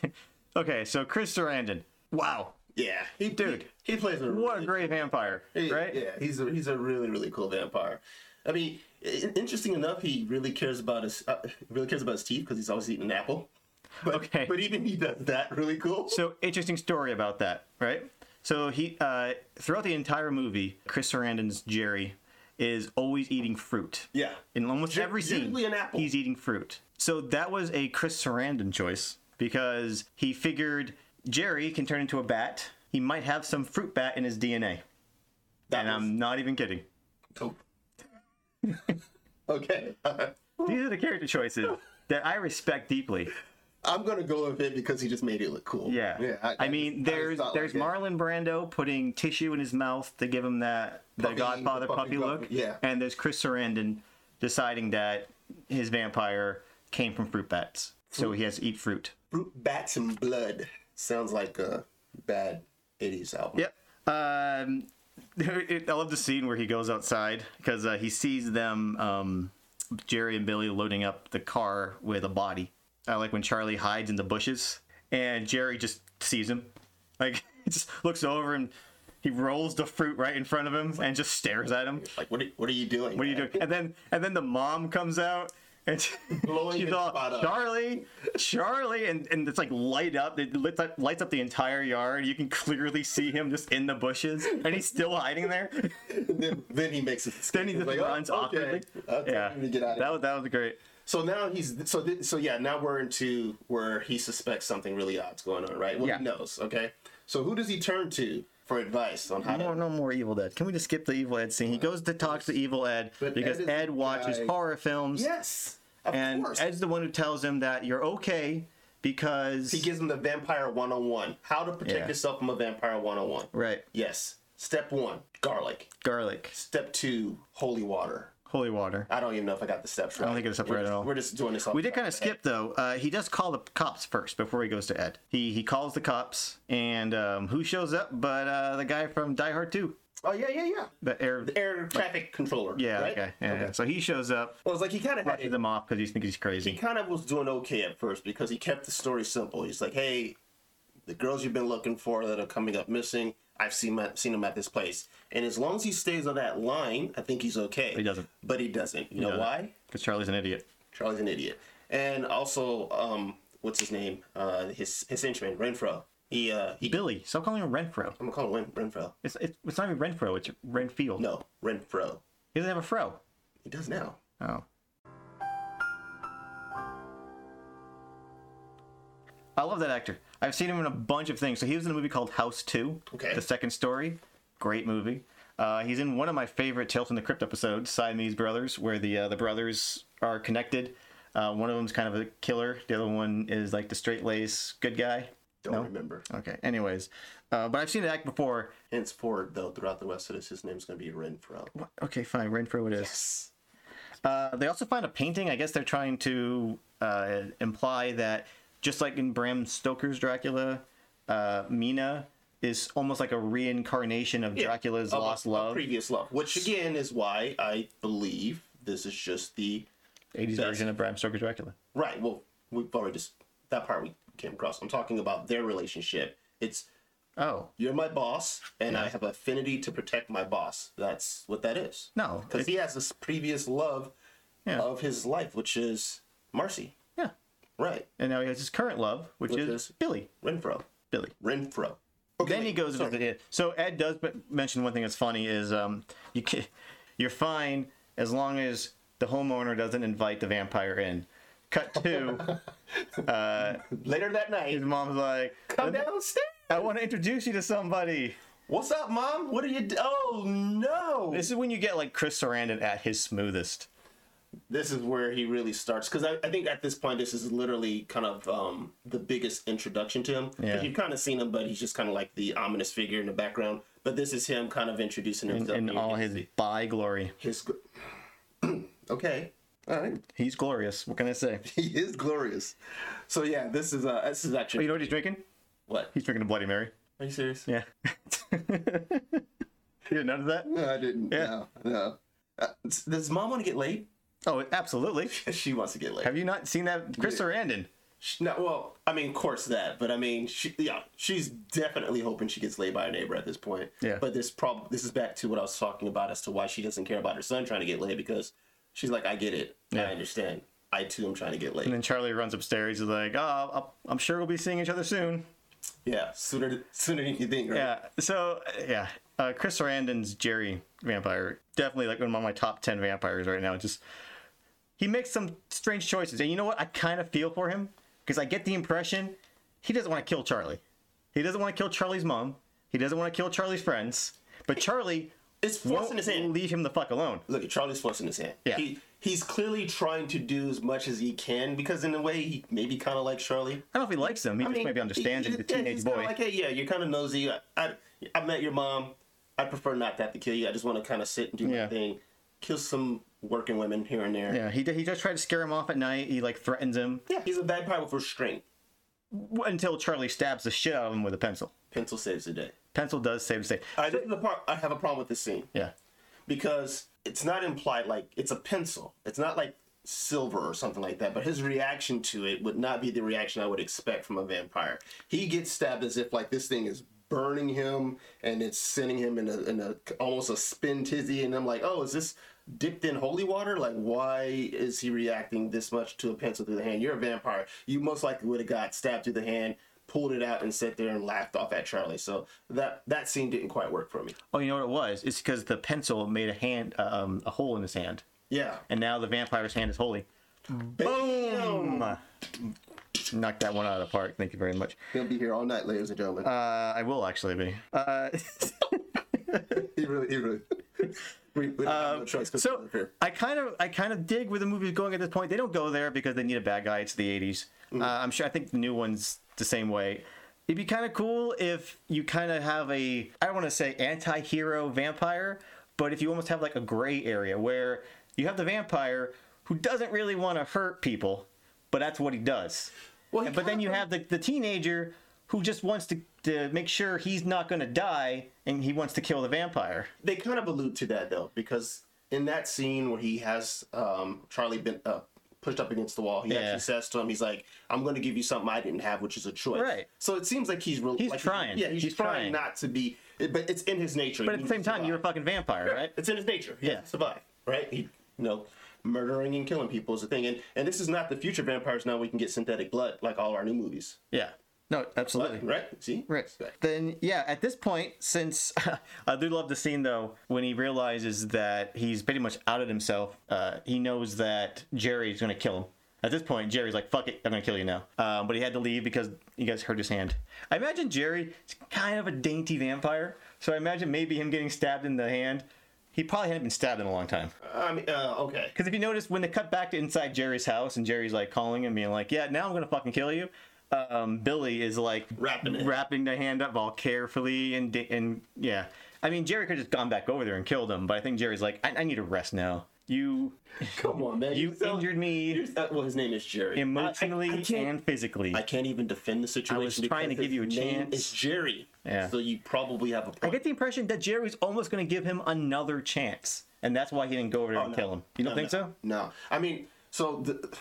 [SPEAKER 2] Okay. So Chris Sarandon. Wow.
[SPEAKER 3] Yeah, he
[SPEAKER 2] Dude.
[SPEAKER 3] He, he plays a
[SPEAKER 2] What a
[SPEAKER 3] really
[SPEAKER 2] great vampire,
[SPEAKER 3] He-
[SPEAKER 2] right?
[SPEAKER 3] Yeah, he's a, he's a really really cool vampire. I mean, i- interesting enough, he really cares about his uh, really cares about his teeth because he's always eating an apple. But,
[SPEAKER 2] Okay.
[SPEAKER 3] But even he does that really cool.
[SPEAKER 2] So interesting story about that, right? So he uh, throughout the entire movie, Chris Sarandon's Jerry is always eating fruit.
[SPEAKER 3] Yeah.
[SPEAKER 2] In almost
[SPEAKER 3] Gen-
[SPEAKER 2] every scene,
[SPEAKER 3] generally an apple.
[SPEAKER 2] he's eating fruit. So that was a Chris Sarandon choice because he figured Jerry can turn into a bat. He might have some fruit bat in his DNA,
[SPEAKER 3] That
[SPEAKER 2] and I'm not even kidding.
[SPEAKER 3] cool. okay.
[SPEAKER 2] These are the character choices that I respect deeply.
[SPEAKER 3] I'm gonna go with it because he just made it look cool.
[SPEAKER 2] Yeah.
[SPEAKER 3] Yeah.
[SPEAKER 2] I, mean,
[SPEAKER 3] just- I just
[SPEAKER 2] there's
[SPEAKER 3] thought
[SPEAKER 2] there's
[SPEAKER 3] like that.
[SPEAKER 2] Marlon Brando putting tissue in his mouth to give him that the
[SPEAKER 3] Puppy-
[SPEAKER 2] Godfather
[SPEAKER 3] the
[SPEAKER 2] puppy
[SPEAKER 3] puppy
[SPEAKER 2] look.
[SPEAKER 3] puppy, yeah.
[SPEAKER 2] And there's Chris Sarandon deciding that his vampire came from fruit bats, so he has to eat fruit.
[SPEAKER 3] Fruit bats and blood sounds like a bad '80s album.
[SPEAKER 2] Yep. Um, I love the scene where he goes outside because uh, he sees them, um, Jerry and Billy, loading up the car with a body. I like when Charlie hides in the bushes and Jerry just sees him. Like, he just looks over and he rolls the fruit right in front of him and just stares at him.
[SPEAKER 3] Like what? Are, what are you doing?
[SPEAKER 2] What are you doing? And then, and then the mom comes out and she-
[SPEAKER 3] Blowing
[SPEAKER 2] she's
[SPEAKER 3] his
[SPEAKER 2] all,
[SPEAKER 3] spot up.
[SPEAKER 2] Charlie, Charlie, and, and it's like light up. It lights up, lights up the entire yard. You can clearly see him just in the bushes, and he's still hiding there.
[SPEAKER 3] then, then he makes it.
[SPEAKER 2] Then he just
[SPEAKER 3] "Oh,
[SPEAKER 2] runs awkwardly.
[SPEAKER 3] yeah.
[SPEAKER 2] yeah,
[SPEAKER 3] To get out of here.
[SPEAKER 2] that was that was great.
[SPEAKER 3] So now he's so th- so yeah. Now we're into where he suspects something really odd's going on, right? Well,
[SPEAKER 2] Yeah.
[SPEAKER 3] he knows. Okay. So who does he turn to for advice on how
[SPEAKER 2] No,
[SPEAKER 3] to?
[SPEAKER 2] no more Evil Dead. Can we just skip the Evil Ed scene? He goes to talk to Evil Ed
[SPEAKER 3] Uh, But
[SPEAKER 2] because
[SPEAKER 3] Ed is
[SPEAKER 2] Ed,
[SPEAKER 3] the
[SPEAKER 2] watches
[SPEAKER 3] guy-
[SPEAKER 2] horror films,
[SPEAKER 3] Yes, of
[SPEAKER 2] and
[SPEAKER 3] course.
[SPEAKER 2] Ed's the one who tells him that you're okay because
[SPEAKER 3] he gives him the vampire one on one. How to protect
[SPEAKER 2] Yeah.
[SPEAKER 3] yourself from a vampire one on one.
[SPEAKER 2] right
[SPEAKER 3] Yes. Step one, garlic.
[SPEAKER 2] garlic.
[SPEAKER 3] Step two, holy water.
[SPEAKER 2] holy water.
[SPEAKER 3] I don't even know if I got the steps right.
[SPEAKER 2] don't think it's up
[SPEAKER 3] We're
[SPEAKER 2] right at
[SPEAKER 3] just-
[SPEAKER 2] all.
[SPEAKER 3] We're just doing this. off
[SPEAKER 2] We
[SPEAKER 3] the
[SPEAKER 2] did
[SPEAKER 3] top
[SPEAKER 2] kind of
[SPEAKER 3] my head.
[SPEAKER 2] skip though. Uh, he does call the cops first before he goes to Ed. He he calls the cops, and um, who shows up but uh, the guy from Die Hard 2,
[SPEAKER 3] Oh yeah, yeah, yeah.
[SPEAKER 2] the air.
[SPEAKER 3] The air traffic controller.
[SPEAKER 2] yeah,
[SPEAKER 3] right?
[SPEAKER 2] that guy. Yeah, So he shows up,
[SPEAKER 3] Well, it's like he kind of had
[SPEAKER 2] brushes
[SPEAKER 3] it.
[SPEAKER 2] them off because he thinks he's
[SPEAKER 3] He
[SPEAKER 2] crazy.
[SPEAKER 3] kind of was doing okay at first because he kept the story simple. He's like, "Hey, the girls you've been looking for that are coming up missing, I've seen my, seen them at this place." And as long as he stays on that line, I think he's okay.
[SPEAKER 2] He doesn't.
[SPEAKER 3] But he doesn't. You know
[SPEAKER 2] doesn't.
[SPEAKER 3] why?
[SPEAKER 2] Because Charlie's an idiot.
[SPEAKER 3] Charlie's an idiot. And also, um, what's his name? Uh, his his henchman Renfro. He uh, he.
[SPEAKER 2] Billy, stop calling him Renfro.
[SPEAKER 3] I'm gonna call him Ren- Renfro.
[SPEAKER 2] It's, it's it's not even Renfro. It's Renfield.
[SPEAKER 3] No, Renfro.
[SPEAKER 2] he doesn't have a fro.
[SPEAKER 3] He does now.
[SPEAKER 2] Oh. I love that actor. I've seen him in a bunch of things. So he was in a movie called House 2,
[SPEAKER 3] Okay.
[SPEAKER 2] The Second Story. Great movie. Uh, he's in one of my favorite Tales from the Crypt episodes, Siamese Brothers, where the uh, the brothers are connected. Uh, one of them's kind of a killer. The other one is like the straight lace good guy.
[SPEAKER 3] Don't remember.
[SPEAKER 2] Okay. Anyways, uh, but I've seen it act before.
[SPEAKER 3] Henceforward, though, throughout the rest of this, his name's gonna be Renfro.
[SPEAKER 2] Okay, fine. Renfro it is. Uh, they also find a painting. I guess they're trying to uh, imply that just like in Bram Stoker's Dracula, uh, Mina is almost like a reincarnation of Dracula's
[SPEAKER 3] of a-
[SPEAKER 2] lost
[SPEAKER 3] a
[SPEAKER 2] love.
[SPEAKER 3] previous love, which again is why I believe this is just the
[SPEAKER 2] 80s version of Bram Stoker's Dracula.
[SPEAKER 3] right. Well, we've already just that part we came across. I'm talking about their relationship. It's
[SPEAKER 2] Oh
[SPEAKER 3] you're my boss, and I have affinity to protect my boss. That's what that is.
[SPEAKER 2] no,
[SPEAKER 3] because
[SPEAKER 2] it-
[SPEAKER 3] he has this previous love
[SPEAKER 2] Yeah.
[SPEAKER 3] of his life, which is Marcy,
[SPEAKER 2] yeah.
[SPEAKER 3] right?
[SPEAKER 2] And now he has his current love, which,
[SPEAKER 3] Which
[SPEAKER 2] is,
[SPEAKER 3] is-
[SPEAKER 2] Billy.
[SPEAKER 3] Renfro,
[SPEAKER 2] Billy.
[SPEAKER 3] Renfro.
[SPEAKER 2] then he goes with it. So Ed does b- mention one thing that's funny is um, you can, you're fine as long as the homeowner doesn't invite the vampire in. Cut two.
[SPEAKER 3] Later that night,
[SPEAKER 2] His mom's like,
[SPEAKER 3] come downstairs.
[SPEAKER 2] I want to introduce you to somebody.
[SPEAKER 3] What's up, mom? What are you? Do- oh no!
[SPEAKER 2] This is when you get like Chris Sarandon at his smoothest.
[SPEAKER 3] this is where he really starts because I, I think at this point this is literally kind of um, the biggest introduction to him 'Cause
[SPEAKER 2] Yeah.
[SPEAKER 3] you've kind of seen him but he's just kind of like the ominous figure in the background but this is him kind of introducing
[SPEAKER 2] In,
[SPEAKER 3] himself
[SPEAKER 2] in all his by glory.
[SPEAKER 3] his gl- okay all right
[SPEAKER 2] He's glorious. What can I say?
[SPEAKER 3] he is glorious so yeah this is uh this is
[SPEAKER 2] Oh,
[SPEAKER 3] actually
[SPEAKER 2] you know what he's drinking?
[SPEAKER 3] what
[SPEAKER 2] He's drinking a Bloody Mary.
[SPEAKER 3] are you serious
[SPEAKER 2] Yeah. you didn't notice that?
[SPEAKER 3] no i didn't
[SPEAKER 2] Yeah.
[SPEAKER 3] no no uh, does mom want to get laid
[SPEAKER 2] Oh, absolutely.
[SPEAKER 3] she wants to get laid
[SPEAKER 2] Have you not seen that? Chris Sarandon.
[SPEAKER 3] She- No, well, I mean, of course that, but I mean, she, yeah, she's definitely hoping she gets laid by her neighbor at this point.
[SPEAKER 2] Yeah.
[SPEAKER 3] But this problem, this is back to what I was talking about as to why she doesn't care about her son trying to get laid because she's like, I get it,
[SPEAKER 2] Yeah.
[SPEAKER 3] I understand. I too am trying to get laid.
[SPEAKER 2] And then Charlie runs upstairs. He's like, oh, I'll- I'm sure we'll be seeing each other soon.
[SPEAKER 3] yeah, sooner sooner than you think. Right?
[SPEAKER 2] Yeah. So uh, yeah, uh, Chris Sarandon's Jerry vampire definitely like one of my top ten vampires right now. Just he makes some strange choices, and you know what? I kind of feel for him because I get the impression he doesn't want to kill Charlie. He doesn't want to kill Charlie's mom. He doesn't want to kill Charlie's friends. But Charlie
[SPEAKER 3] it's
[SPEAKER 2] won't
[SPEAKER 3] forcing his hand.
[SPEAKER 2] leave him the fuck alone.
[SPEAKER 3] Look, Charlie's forcing his hand.
[SPEAKER 2] Yeah.
[SPEAKER 3] He, he's clearly trying to do as much as he can because in a way he maybe kind of likes Charlie.
[SPEAKER 2] I don't know if he likes him. He just maybe understands
[SPEAKER 3] he-
[SPEAKER 2] he's a
[SPEAKER 3] yeah,
[SPEAKER 2] teenage
[SPEAKER 3] he's
[SPEAKER 2] boy.
[SPEAKER 3] kinda Like, hey, yeah, you're kind of nosy. I, I, I met your mom. I prefer not to have to kill you. I just want to kind of sit and do
[SPEAKER 2] Yeah.
[SPEAKER 3] my thing, kill some working women here and there. Yeah,
[SPEAKER 2] yeah, he he just tried to scare him off at night. He like threatens him
[SPEAKER 3] he's a vampire with restraint.
[SPEAKER 2] w- until Charlie stabs the shit out of him with a pencil.
[SPEAKER 3] Pencil saves the day.
[SPEAKER 2] Pencil does save the day.
[SPEAKER 3] I, this is the part I have a problem with this scene
[SPEAKER 2] Yeah.
[SPEAKER 3] because it's not implied like it's a pencil. It's not like silver or something like that. But his reaction to it would not be the reaction I would expect from a vampire. He gets stabbed as if like this thing is burning him and it's sending him in a, in a almost a spin tizzy. And I'm like, oh, is this dipped in holy water? Like, why is he reacting this much to a pencil through the hand? You're a vampire. You most likely would have got stabbed through the hand. Pulled it out and sat there and laughed off at Charlie. So that that scene didn't quite work for me.
[SPEAKER 2] Oh, you know what it was? It's because the pencil made a hand, um, a hole in his hand,
[SPEAKER 3] Yeah.
[SPEAKER 2] and now the vampire's hand is holy. Boom! Knocked that one out of the park. Thank you very much.
[SPEAKER 3] He'll be here all night, ladies and gentlemen.
[SPEAKER 2] Uh, I will actually be. Uh,
[SPEAKER 3] he really, he really. we, we don't have no choice 'cause
[SPEAKER 2] um, so
[SPEAKER 3] we're here.
[SPEAKER 2] I kind of, I kind of dig where the movie's going at this point. They don't go there because they need a bad guy. It's the '80s. Uh, I'm sure. I think the new one's the same way. It'd be kind of cool if you kind of have a, I don't want to say anti-hero vampire, but if you almost have like a gray area where You have the vampire who doesn't really want to hurt people, but that's what he does.
[SPEAKER 3] Well, he
[SPEAKER 2] but then
[SPEAKER 3] kinda-
[SPEAKER 2] you have the, the teenager who just wants to, to make sure he's not going to die and he wants to kill the vampire.
[SPEAKER 3] they kind of allude to that though because in that scene where he has um, Charlie been uh, pushed up against the wall, he
[SPEAKER 2] Yeah.
[SPEAKER 3] actually says to him, "He's like, I'm going to give you something I didn't have, which is a choice."
[SPEAKER 2] Right.
[SPEAKER 3] So it seems like he's really
[SPEAKER 2] He's
[SPEAKER 3] like,
[SPEAKER 2] trying.
[SPEAKER 3] yeah, he's,
[SPEAKER 2] He's
[SPEAKER 3] trying,
[SPEAKER 2] trying.
[SPEAKER 3] not to be, but it's in his nature.
[SPEAKER 2] But at the same time, you're a fucking vampire, right?
[SPEAKER 3] It's in his nature. He
[SPEAKER 2] Yeah.
[SPEAKER 3] yeah, survive. Right. He, you know, murdering and killing people is a thing, and and this is not the future vampires. Now we can get synthetic blood like all our new movies.
[SPEAKER 2] Yeah. No, absolutely.
[SPEAKER 3] Right. See.
[SPEAKER 2] Right. Then, yeah, at this point, since I do love the scene though, when he realizes that he's pretty much outed himself, uh, he knows that Jerry's gonna kill him. At this point, Jerry's like, fuck it, I'm gonna kill you now. Um, but he had to leave because you guys hurt his hand. I imagine Jerry is kind of a dainty vampire, so I imagine maybe him getting stabbed in the hand. He probably hadn't been stabbed in a long time.
[SPEAKER 3] I mean, uh, okay.
[SPEAKER 2] Because if you notice, when they cut back to inside Jerry's house and Jerry's like calling him, being like, "Yeah, now I'm gonna fucking kill you," um, Billy is like
[SPEAKER 3] Wrapping it.
[SPEAKER 2] wrapping the hand up all carefully and da- and yeah. I mean, Jerry could have just gone back over there and killed him, but I think Jerry's like, "I, I need to rest now. You
[SPEAKER 3] Come on, man.
[SPEAKER 2] you
[SPEAKER 3] You're so-
[SPEAKER 2] injured me
[SPEAKER 3] you're- uh, well, his name is Jerry. I- I- I
[SPEAKER 2] emotionally
[SPEAKER 3] can't-
[SPEAKER 2] and physically."
[SPEAKER 3] I can't even defend the situation.
[SPEAKER 2] trying to
[SPEAKER 3] because
[SPEAKER 2] give you a
[SPEAKER 3] his name
[SPEAKER 2] chance.
[SPEAKER 3] It's Jerry.
[SPEAKER 2] Yeah.
[SPEAKER 3] So you probably have
[SPEAKER 2] I
[SPEAKER 3] a problem.
[SPEAKER 2] get the impression that Jerry's almost gonna give him another chance, and that's why he didn't go over there and
[SPEAKER 3] Oh, no.
[SPEAKER 2] kill him. You don't
[SPEAKER 3] No,
[SPEAKER 2] think
[SPEAKER 3] no,
[SPEAKER 2] so?
[SPEAKER 3] No. I mean, so the,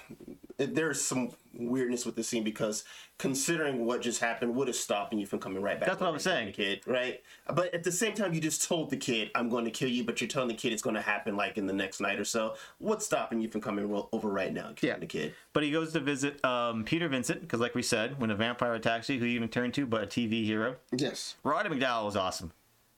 [SPEAKER 3] there's some weirdness with this scene because considering what just happened would have stopped you from coming right back.
[SPEAKER 2] That's what I was
[SPEAKER 3] and
[SPEAKER 2] saying.
[SPEAKER 3] killing the kid. Right. But at the same time, you just told the kid, "I'm going to kill you," but you're telling the kid it's going to happen like in the next night or so. What's stopping you from coming ro- over right now and killing
[SPEAKER 2] Yeah.
[SPEAKER 3] the kid?
[SPEAKER 2] But he goes to visit um, Peter Vincent because, like we said, when a vampire attacks you, who you can turn to but a TV hero?
[SPEAKER 3] Yes.
[SPEAKER 2] Roddy McDowell is awesome.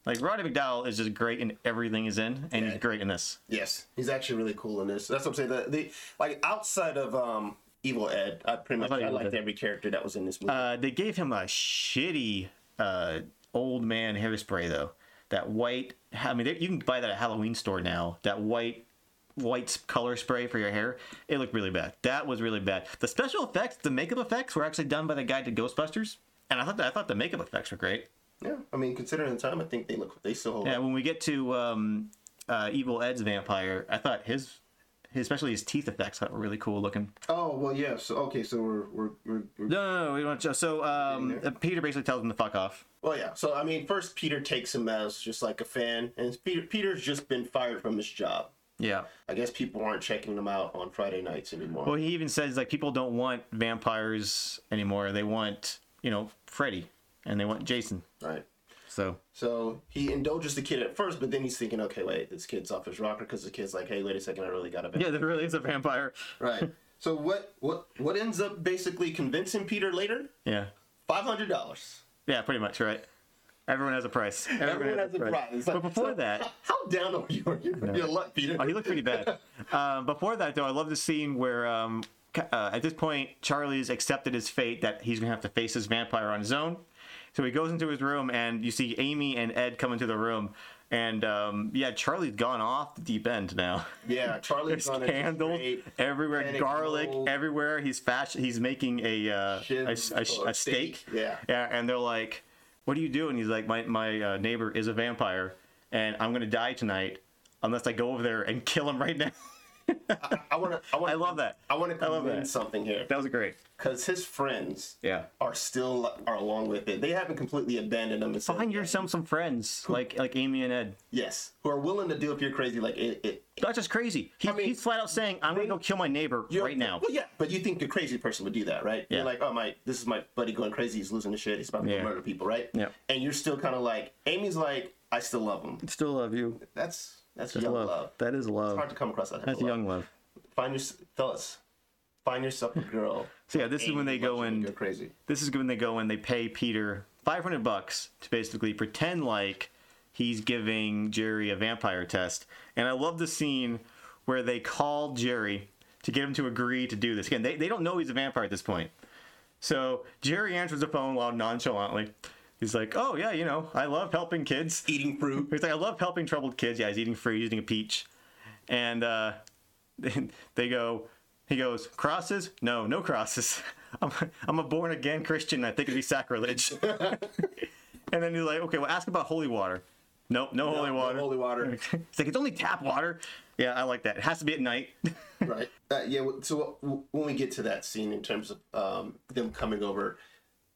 [SPEAKER 2] Like Roddy McDowell is just great in everything he's in, and
[SPEAKER 3] Yeah.
[SPEAKER 2] he's great in this.
[SPEAKER 3] Yes, he's actually really cool in this. That's what I'm saying. The, the like outside of um Evil Ed, I pretty much
[SPEAKER 2] thought
[SPEAKER 3] I
[SPEAKER 2] Evil Ed.
[SPEAKER 3] liked every character that was in this movie.
[SPEAKER 2] Uh, they gave him a shitty uh, old man hairspray though. That white, I mean, you can buy that at Halloween store now. That white, white s- color spray for your hair. It looked really bad. That was really bad. The special effects, the makeup effects, were actually done by the guy to Ghostbusters, and I thought that, I thought the makeup effects were great.
[SPEAKER 3] yeah, I mean considering the time, I think they look they still hold
[SPEAKER 2] Yeah,
[SPEAKER 3] up.
[SPEAKER 2] when we get to um, uh, Evil Ed's vampire, I thought his, his especially his teeth effects I thought were really cool looking.
[SPEAKER 3] Oh well, yeah. So okay, so we're we're, we're, we're
[SPEAKER 2] No, no, no we don't. show- So um, Peter basically tells him to fuck off.
[SPEAKER 3] well, yeah. So I mean, first Peter takes him as just like a fan, and Peter Peter's just been fired from his job.
[SPEAKER 2] Yeah.
[SPEAKER 3] I guess people aren't checking him out on Friday nights anymore.
[SPEAKER 2] Well, he even says like people don't want vampires anymore. They want you know Freddy and they want Jason.
[SPEAKER 3] right.
[SPEAKER 2] So
[SPEAKER 3] So he indulges the kid at first, but then he's thinking, okay, wait, this kid's off his rocker because the kid's like, hey, wait a second, I really got to.
[SPEAKER 2] yeah, there really is a vampire.
[SPEAKER 3] Right. So what what what ends up basically convincing Peter later?
[SPEAKER 2] Yeah.
[SPEAKER 3] Five hundred dollars.
[SPEAKER 2] Yeah, pretty much right. Everyone has a price. Everyone,
[SPEAKER 3] Everyone has a prize.
[SPEAKER 2] But before that,
[SPEAKER 3] how down are you on your, your luck, Peter?
[SPEAKER 2] Oh, he looked pretty bad. um, before that, though, I love the scene where um, ca- uh, at this point Charlie's accepted his fate that he's gonna have to face this vampire on his own. So he goes into his room, and you see Amy and Ed come into the room, and um, yeah, Charlie's gone off the deep end now.
[SPEAKER 3] Yeah, Charlie's
[SPEAKER 2] There's
[SPEAKER 3] on a
[SPEAKER 2] candles
[SPEAKER 3] straight
[SPEAKER 2] everywhere,
[SPEAKER 3] panic
[SPEAKER 2] garlic
[SPEAKER 3] mode.
[SPEAKER 2] everywhere. He's fashion. He's making a uh, a, a,
[SPEAKER 3] Shins
[SPEAKER 2] a-
[SPEAKER 3] or
[SPEAKER 2] a steak.
[SPEAKER 3] steak, yeah.
[SPEAKER 2] Yeah, and they're like, "What do you do?" And he's like, "My my uh, neighbor is a vampire, and I'm gonna die tonight unless I go over there and kill him right now."
[SPEAKER 3] I want to. I, wanna,
[SPEAKER 2] I love that.
[SPEAKER 3] I want to
[SPEAKER 2] I love
[SPEAKER 3] convince
[SPEAKER 2] that.
[SPEAKER 3] something here
[SPEAKER 2] That was great.
[SPEAKER 3] because his friends
[SPEAKER 2] Yeah.
[SPEAKER 3] are still are along with it. They haven't completely abandoned him. and said,
[SPEAKER 2] Find yourself some friends like like Amy and Ed.
[SPEAKER 3] yes, who are willing to deal if you're crazy. Like it, it
[SPEAKER 2] That's just crazy. He,
[SPEAKER 3] I mean,
[SPEAKER 2] he's flat out saying, "I'm gonna go kill my neighbor
[SPEAKER 3] You're-
[SPEAKER 2] right now."
[SPEAKER 3] Well, yeah, but you think the crazy person would do that, right?
[SPEAKER 2] Yeah.
[SPEAKER 3] You're like, oh my, this is my buddy going crazy. He's losing his shit. He's about to go
[SPEAKER 2] Yeah.
[SPEAKER 3] murder people, right?
[SPEAKER 2] Yeah.
[SPEAKER 3] And you're still kind of like, Amy's like, I still love him.
[SPEAKER 2] Still love you.
[SPEAKER 3] That's that's young love.
[SPEAKER 2] That is love.
[SPEAKER 3] Hard to come across that. type
[SPEAKER 2] That's
[SPEAKER 3] of love.
[SPEAKER 2] young love.
[SPEAKER 3] Find your fellas. Find yourself a girl.
[SPEAKER 2] So yeah, this is when they go and
[SPEAKER 3] You're crazy.
[SPEAKER 2] this is when they go and they pay Peter 500 bucks to basically pretend like he's giving Jerry a vampire test. And I love the scene where they call Jerry to get him to agree to do this. Again, they, they don't know he's a vampire at this point. So Jerry answers the phone while nonchalantly. He's like, oh, yeah, you know, I love helping kids.
[SPEAKER 3] Eating fruit.
[SPEAKER 2] He's like, I love helping troubled kids. Yeah, he's eating fruit, he's eating a peach. And uh, they go, he goes, crosses? No, no crosses. I'm, I'm a born again Christian. I think it'd be sacrilege. and then he's like, okay, well, ask about holy water. Nope, no, holy
[SPEAKER 3] no
[SPEAKER 2] water.
[SPEAKER 3] holy water.
[SPEAKER 2] it's like it's only tap water. Yeah, I like that. It has to be at night.
[SPEAKER 3] right. Uh, yeah. So when we get to that scene in terms of um, them coming over,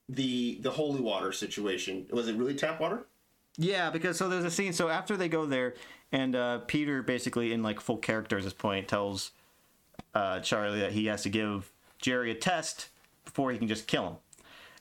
[SPEAKER 3] the the holy water situation was it really tap water?
[SPEAKER 2] Yeah, because so there's a scene. So after they go there, and uh, Peter basically in like full character at this point tells uh, Charlie that he has to give Jerry a test before he can just kill him.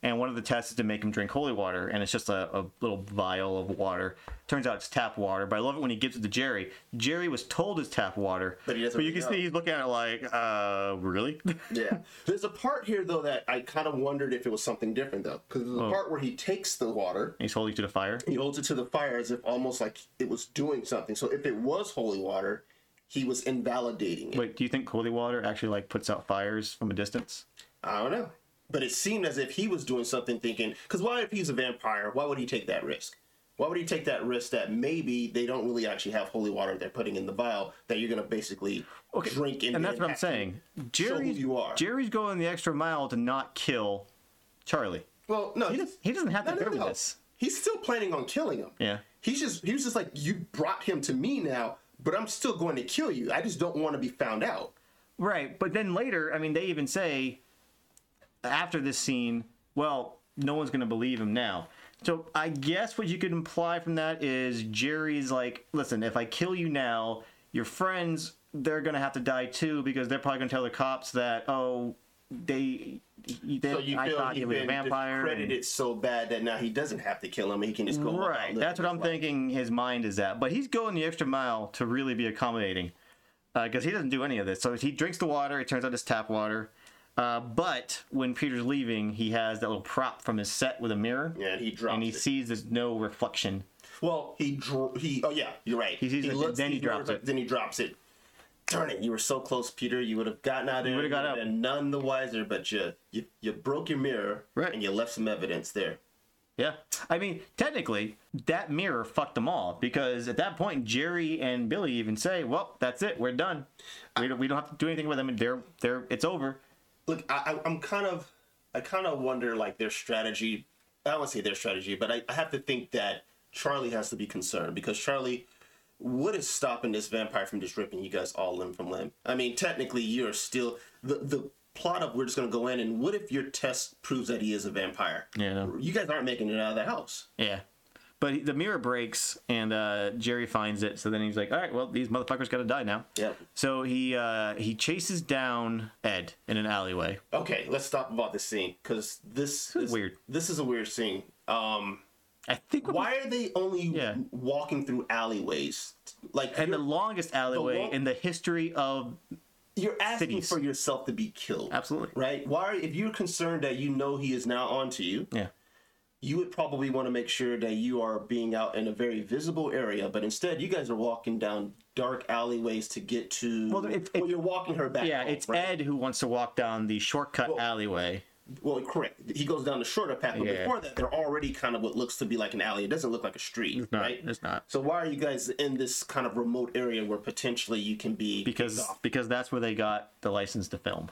[SPEAKER 2] And one of the tests is to make him drink holy water, and it's just a, a little vial of water. Turns out it's tap water, but I love it when he gives it to Jerry. Jerry was told it's tap water,
[SPEAKER 3] But he doesn't
[SPEAKER 2] you
[SPEAKER 3] really
[SPEAKER 2] can see
[SPEAKER 3] know.
[SPEAKER 2] he's looking at it like, uh, really?
[SPEAKER 3] Yeah. There's a part here though that I kind of wondered if it was something different though, because
[SPEAKER 2] Oh.
[SPEAKER 3] there's a part where he takes the water,
[SPEAKER 2] he's holding to the fire.
[SPEAKER 3] he holds it to the fire as if almost like it was doing something. So if it was holy water, he was invalidating it.
[SPEAKER 2] Wait, do you think holy water actually like puts out fires from a distance?
[SPEAKER 3] I don't know. But it seemed as if he was doing something thinking, because why, if he's a vampire, why would he take that risk? Why would he take that risk that maybe they don't really actually have holy water they're putting in the vial that you're going to basically drink in
[SPEAKER 2] and that's what I'm saying. Jerry's,
[SPEAKER 3] you are.
[SPEAKER 2] Jerry's going the extra mile to not kill Charlie.
[SPEAKER 3] Well, no,
[SPEAKER 2] He, does, he doesn't have to
[SPEAKER 3] no,
[SPEAKER 2] go
[SPEAKER 3] no,
[SPEAKER 2] with
[SPEAKER 3] no.
[SPEAKER 2] this.
[SPEAKER 3] He's still planning on killing him.
[SPEAKER 2] Yeah.
[SPEAKER 3] He's just he was just like, you brought him to me now, but I'm still going to kill you. I just don't want to be found out.
[SPEAKER 2] Right, but then later, I mean, they even say after this scene, well, no one's going to believe him now. So I guess what you could imply from that is Jerry's like, listen, if I kill you now, your friends they're going to have to die too because they're probably going to tell the cops that oh they, they
[SPEAKER 3] So you
[SPEAKER 2] I
[SPEAKER 3] feel
[SPEAKER 2] thought he
[SPEAKER 3] he's
[SPEAKER 2] was a
[SPEAKER 3] been
[SPEAKER 2] vampire. and-
[SPEAKER 3] discredited so bad that now he doesn't have to kill him and he can just go on
[SPEAKER 2] Right.
[SPEAKER 3] living
[SPEAKER 2] That's what
[SPEAKER 3] his
[SPEAKER 2] I'm
[SPEAKER 3] life.
[SPEAKER 2] thinking his mind is at. But he's going the extra mile to really be accommodating because he doesn't do any of this. So he drinks the water. It turns out it's tap water. Uh, but when Peter's leaving, he has that little prop from his set with a mirror.
[SPEAKER 3] Yeah, and he drops
[SPEAKER 2] And he
[SPEAKER 3] it.
[SPEAKER 2] sees there's no reflection.
[SPEAKER 3] Well, he drew. He. Oh yeah, you're right. He
[SPEAKER 2] sees it, then he drops
[SPEAKER 3] remembers
[SPEAKER 2] it.
[SPEAKER 3] Then he drops it. Darn it! You were so close, Peter. You would have gotten out of there.
[SPEAKER 2] would've got out.
[SPEAKER 3] and none the wiser. But you, you, you broke your mirror,
[SPEAKER 2] Right.
[SPEAKER 3] and you left some evidence there.
[SPEAKER 2] Yeah. I mean, technically, that mirror fucked them all because at that point, Jerry and Billy even say, well, that's it. We're done. We don't, we don't have to do anything with them. They're, they're, it's over.
[SPEAKER 3] Look, I, I, I'm kind of, I kind of wonder like their strategy. I won't say their strategy, but I, I have to think that Charlie has to be concerned because Charlie, what is stopping this vampire from just ripping you guys all limb from limb? I mean, technically, you're still the the plot of we're just gonna go in and what if your test proves that he is a vampire?
[SPEAKER 2] Yeah, no.
[SPEAKER 3] you guys aren't making it out of the house.
[SPEAKER 2] Yeah. But he- the mirror breaks and uh, Jerry finds it. So then he's like, all right, well, these motherfuckers got to die now.
[SPEAKER 3] Yep.
[SPEAKER 2] So he uh, he chases down Ed in an alleyway.
[SPEAKER 3] Okay, let's stop about this scene because this is
[SPEAKER 2] weird.
[SPEAKER 3] This is a weird scene. Um,
[SPEAKER 2] I think. what
[SPEAKER 3] why are they only
[SPEAKER 2] Yeah.
[SPEAKER 3] walking through alleyways? Like,
[SPEAKER 2] And the
[SPEAKER 3] you're,
[SPEAKER 2] longest alleyway
[SPEAKER 3] long-
[SPEAKER 2] in the history of.
[SPEAKER 3] you're asking
[SPEAKER 2] cities.
[SPEAKER 3] for yourself to be killed.
[SPEAKER 2] Absolutely.
[SPEAKER 3] Right? Why, are- if you're concerned that you know he is now onto you,
[SPEAKER 2] Yeah.
[SPEAKER 3] you would probably want to make sure that you are being out in a very visible area. But instead, you guys are walking down dark alleyways to get to.
[SPEAKER 2] Well, it- it-
[SPEAKER 3] well, you're walking her back.
[SPEAKER 2] Yeah,
[SPEAKER 3] home,
[SPEAKER 2] it's
[SPEAKER 3] right?
[SPEAKER 2] Ed who wants to walk down the shortcut
[SPEAKER 3] Well-
[SPEAKER 2] alleyway.
[SPEAKER 3] Well, correct. He goes down the shorter path, but
[SPEAKER 2] Yeah.
[SPEAKER 3] before that, they're already kind of what looks to be like an alley. It doesn't look like a street,
[SPEAKER 2] not.
[SPEAKER 3] right?
[SPEAKER 2] It's not.
[SPEAKER 3] So why are you guys in this kind of remote area where potentially you can be?
[SPEAKER 2] Because because that's where they got the license to film.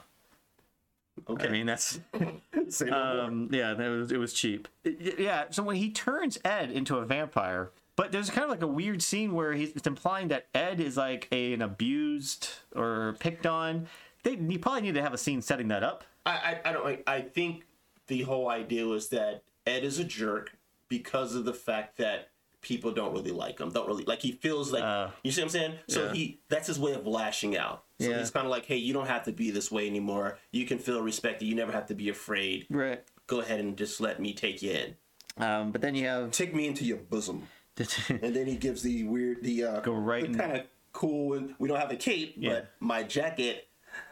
[SPEAKER 3] okay,
[SPEAKER 2] I mean, that's
[SPEAKER 3] say no more.
[SPEAKER 2] Um, yeah, that was, it was cheap. Y- y- Yeah, so when he turns Ed into a vampire, but there's kind of like a weird scene where he's it's implying that Ed is like a, an abused or picked on. They you probably need to have a scene setting that up.
[SPEAKER 3] I, I I don't. I, I think the whole idea was that Ed is a jerk because of the fact that people don't really like him. Don't really like. He feels like
[SPEAKER 2] Uh,
[SPEAKER 3] you see what I'm saying. So he that's his way of lashing out. So
[SPEAKER 2] Yeah.
[SPEAKER 3] he's kind of like, hey, you don't have to be this way anymore. You can feel respected. You never have to be afraid.
[SPEAKER 2] Right.
[SPEAKER 3] Go ahead and just let me take you in.
[SPEAKER 2] Um, but then you have
[SPEAKER 3] take me into your bosom. And then he gives the weird, the uh,
[SPEAKER 2] Go right in-
[SPEAKER 3] kind of cool. And we don't have a cape,
[SPEAKER 2] Yeah.
[SPEAKER 3] but my jacket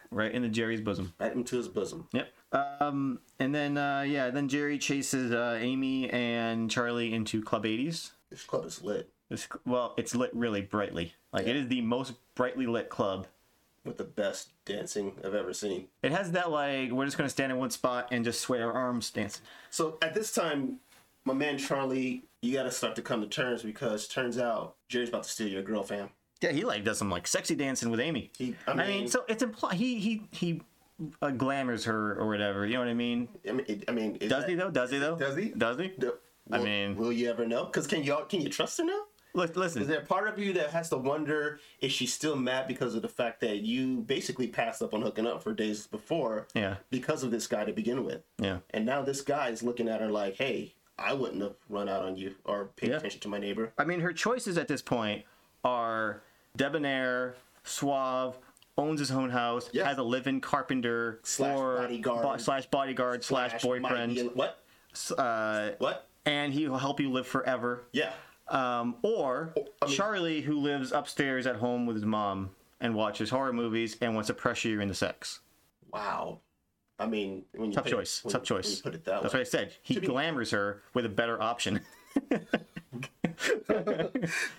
[SPEAKER 2] right in the Jerry's bosom.
[SPEAKER 3] right into his bosom.
[SPEAKER 2] Yep. Um, and then uh, yeah, then Jerry chases uh, Amy and Charlie into Club 80s.
[SPEAKER 3] This club is lit
[SPEAKER 2] This, well, it's lit really brightly. Like it is the most brightly lit club
[SPEAKER 3] with the best dancing I've ever seen.
[SPEAKER 2] It has that like we're just gonna stand in one spot and just sway our arms dancing.
[SPEAKER 3] So at this time, my man Charlie, you got to start to come to terms because turns out Jerry's about to steal your girl, fam.
[SPEAKER 2] Yeah, he like does some like sexy dancing with Amy.
[SPEAKER 3] He,
[SPEAKER 2] I, mean, so it's implied he he he uh, glamours her or whatever. You know what I mean?
[SPEAKER 3] I mean, it- I mean is
[SPEAKER 2] Does
[SPEAKER 3] that-
[SPEAKER 2] he though? Does he though?
[SPEAKER 3] Does he?
[SPEAKER 2] Does he?
[SPEAKER 3] the-
[SPEAKER 2] I
[SPEAKER 3] will-
[SPEAKER 2] mean-
[SPEAKER 3] will you ever know? Because can you all can you trust her now?
[SPEAKER 2] Look, listen.
[SPEAKER 3] Is there a part of you that has to wonder is she still mad because of the fact that you basically passed up on hooking up for days before?
[SPEAKER 2] Yeah.
[SPEAKER 3] Because of this guy to begin with.
[SPEAKER 2] Yeah.
[SPEAKER 3] And now this guy is looking at her like, "Hey, I wouldn't have run out on you or paid
[SPEAKER 2] Yeah.
[SPEAKER 3] attention to my neighbor."
[SPEAKER 2] I mean, her choices at this point are debonair, suave, owns his own house,
[SPEAKER 3] Yeah.
[SPEAKER 2] has a live-in carpenter
[SPEAKER 3] Slash
[SPEAKER 2] or
[SPEAKER 3] bodyguard.
[SPEAKER 2] bo- slash bodyguard slash,
[SPEAKER 3] Slash might
[SPEAKER 2] boyfriend,
[SPEAKER 3] be in- what?
[SPEAKER 2] s- uh,
[SPEAKER 3] What?
[SPEAKER 2] and he will help you live forever.
[SPEAKER 3] Yeah.
[SPEAKER 2] Um, or
[SPEAKER 3] Oh, I mean-
[SPEAKER 2] Charlie, who lives upstairs at home with his mom and watches horror movies and wants to pressure you into sex.
[SPEAKER 3] Wow. I mean, when you
[SPEAKER 2] Tough
[SPEAKER 3] put
[SPEAKER 2] choice.
[SPEAKER 3] It, when
[SPEAKER 2] Tough
[SPEAKER 3] you- when
[SPEAKER 2] choice.
[SPEAKER 3] you put it that
[SPEAKER 2] That's
[SPEAKER 3] way.
[SPEAKER 2] what I said. He glamours her with a better option.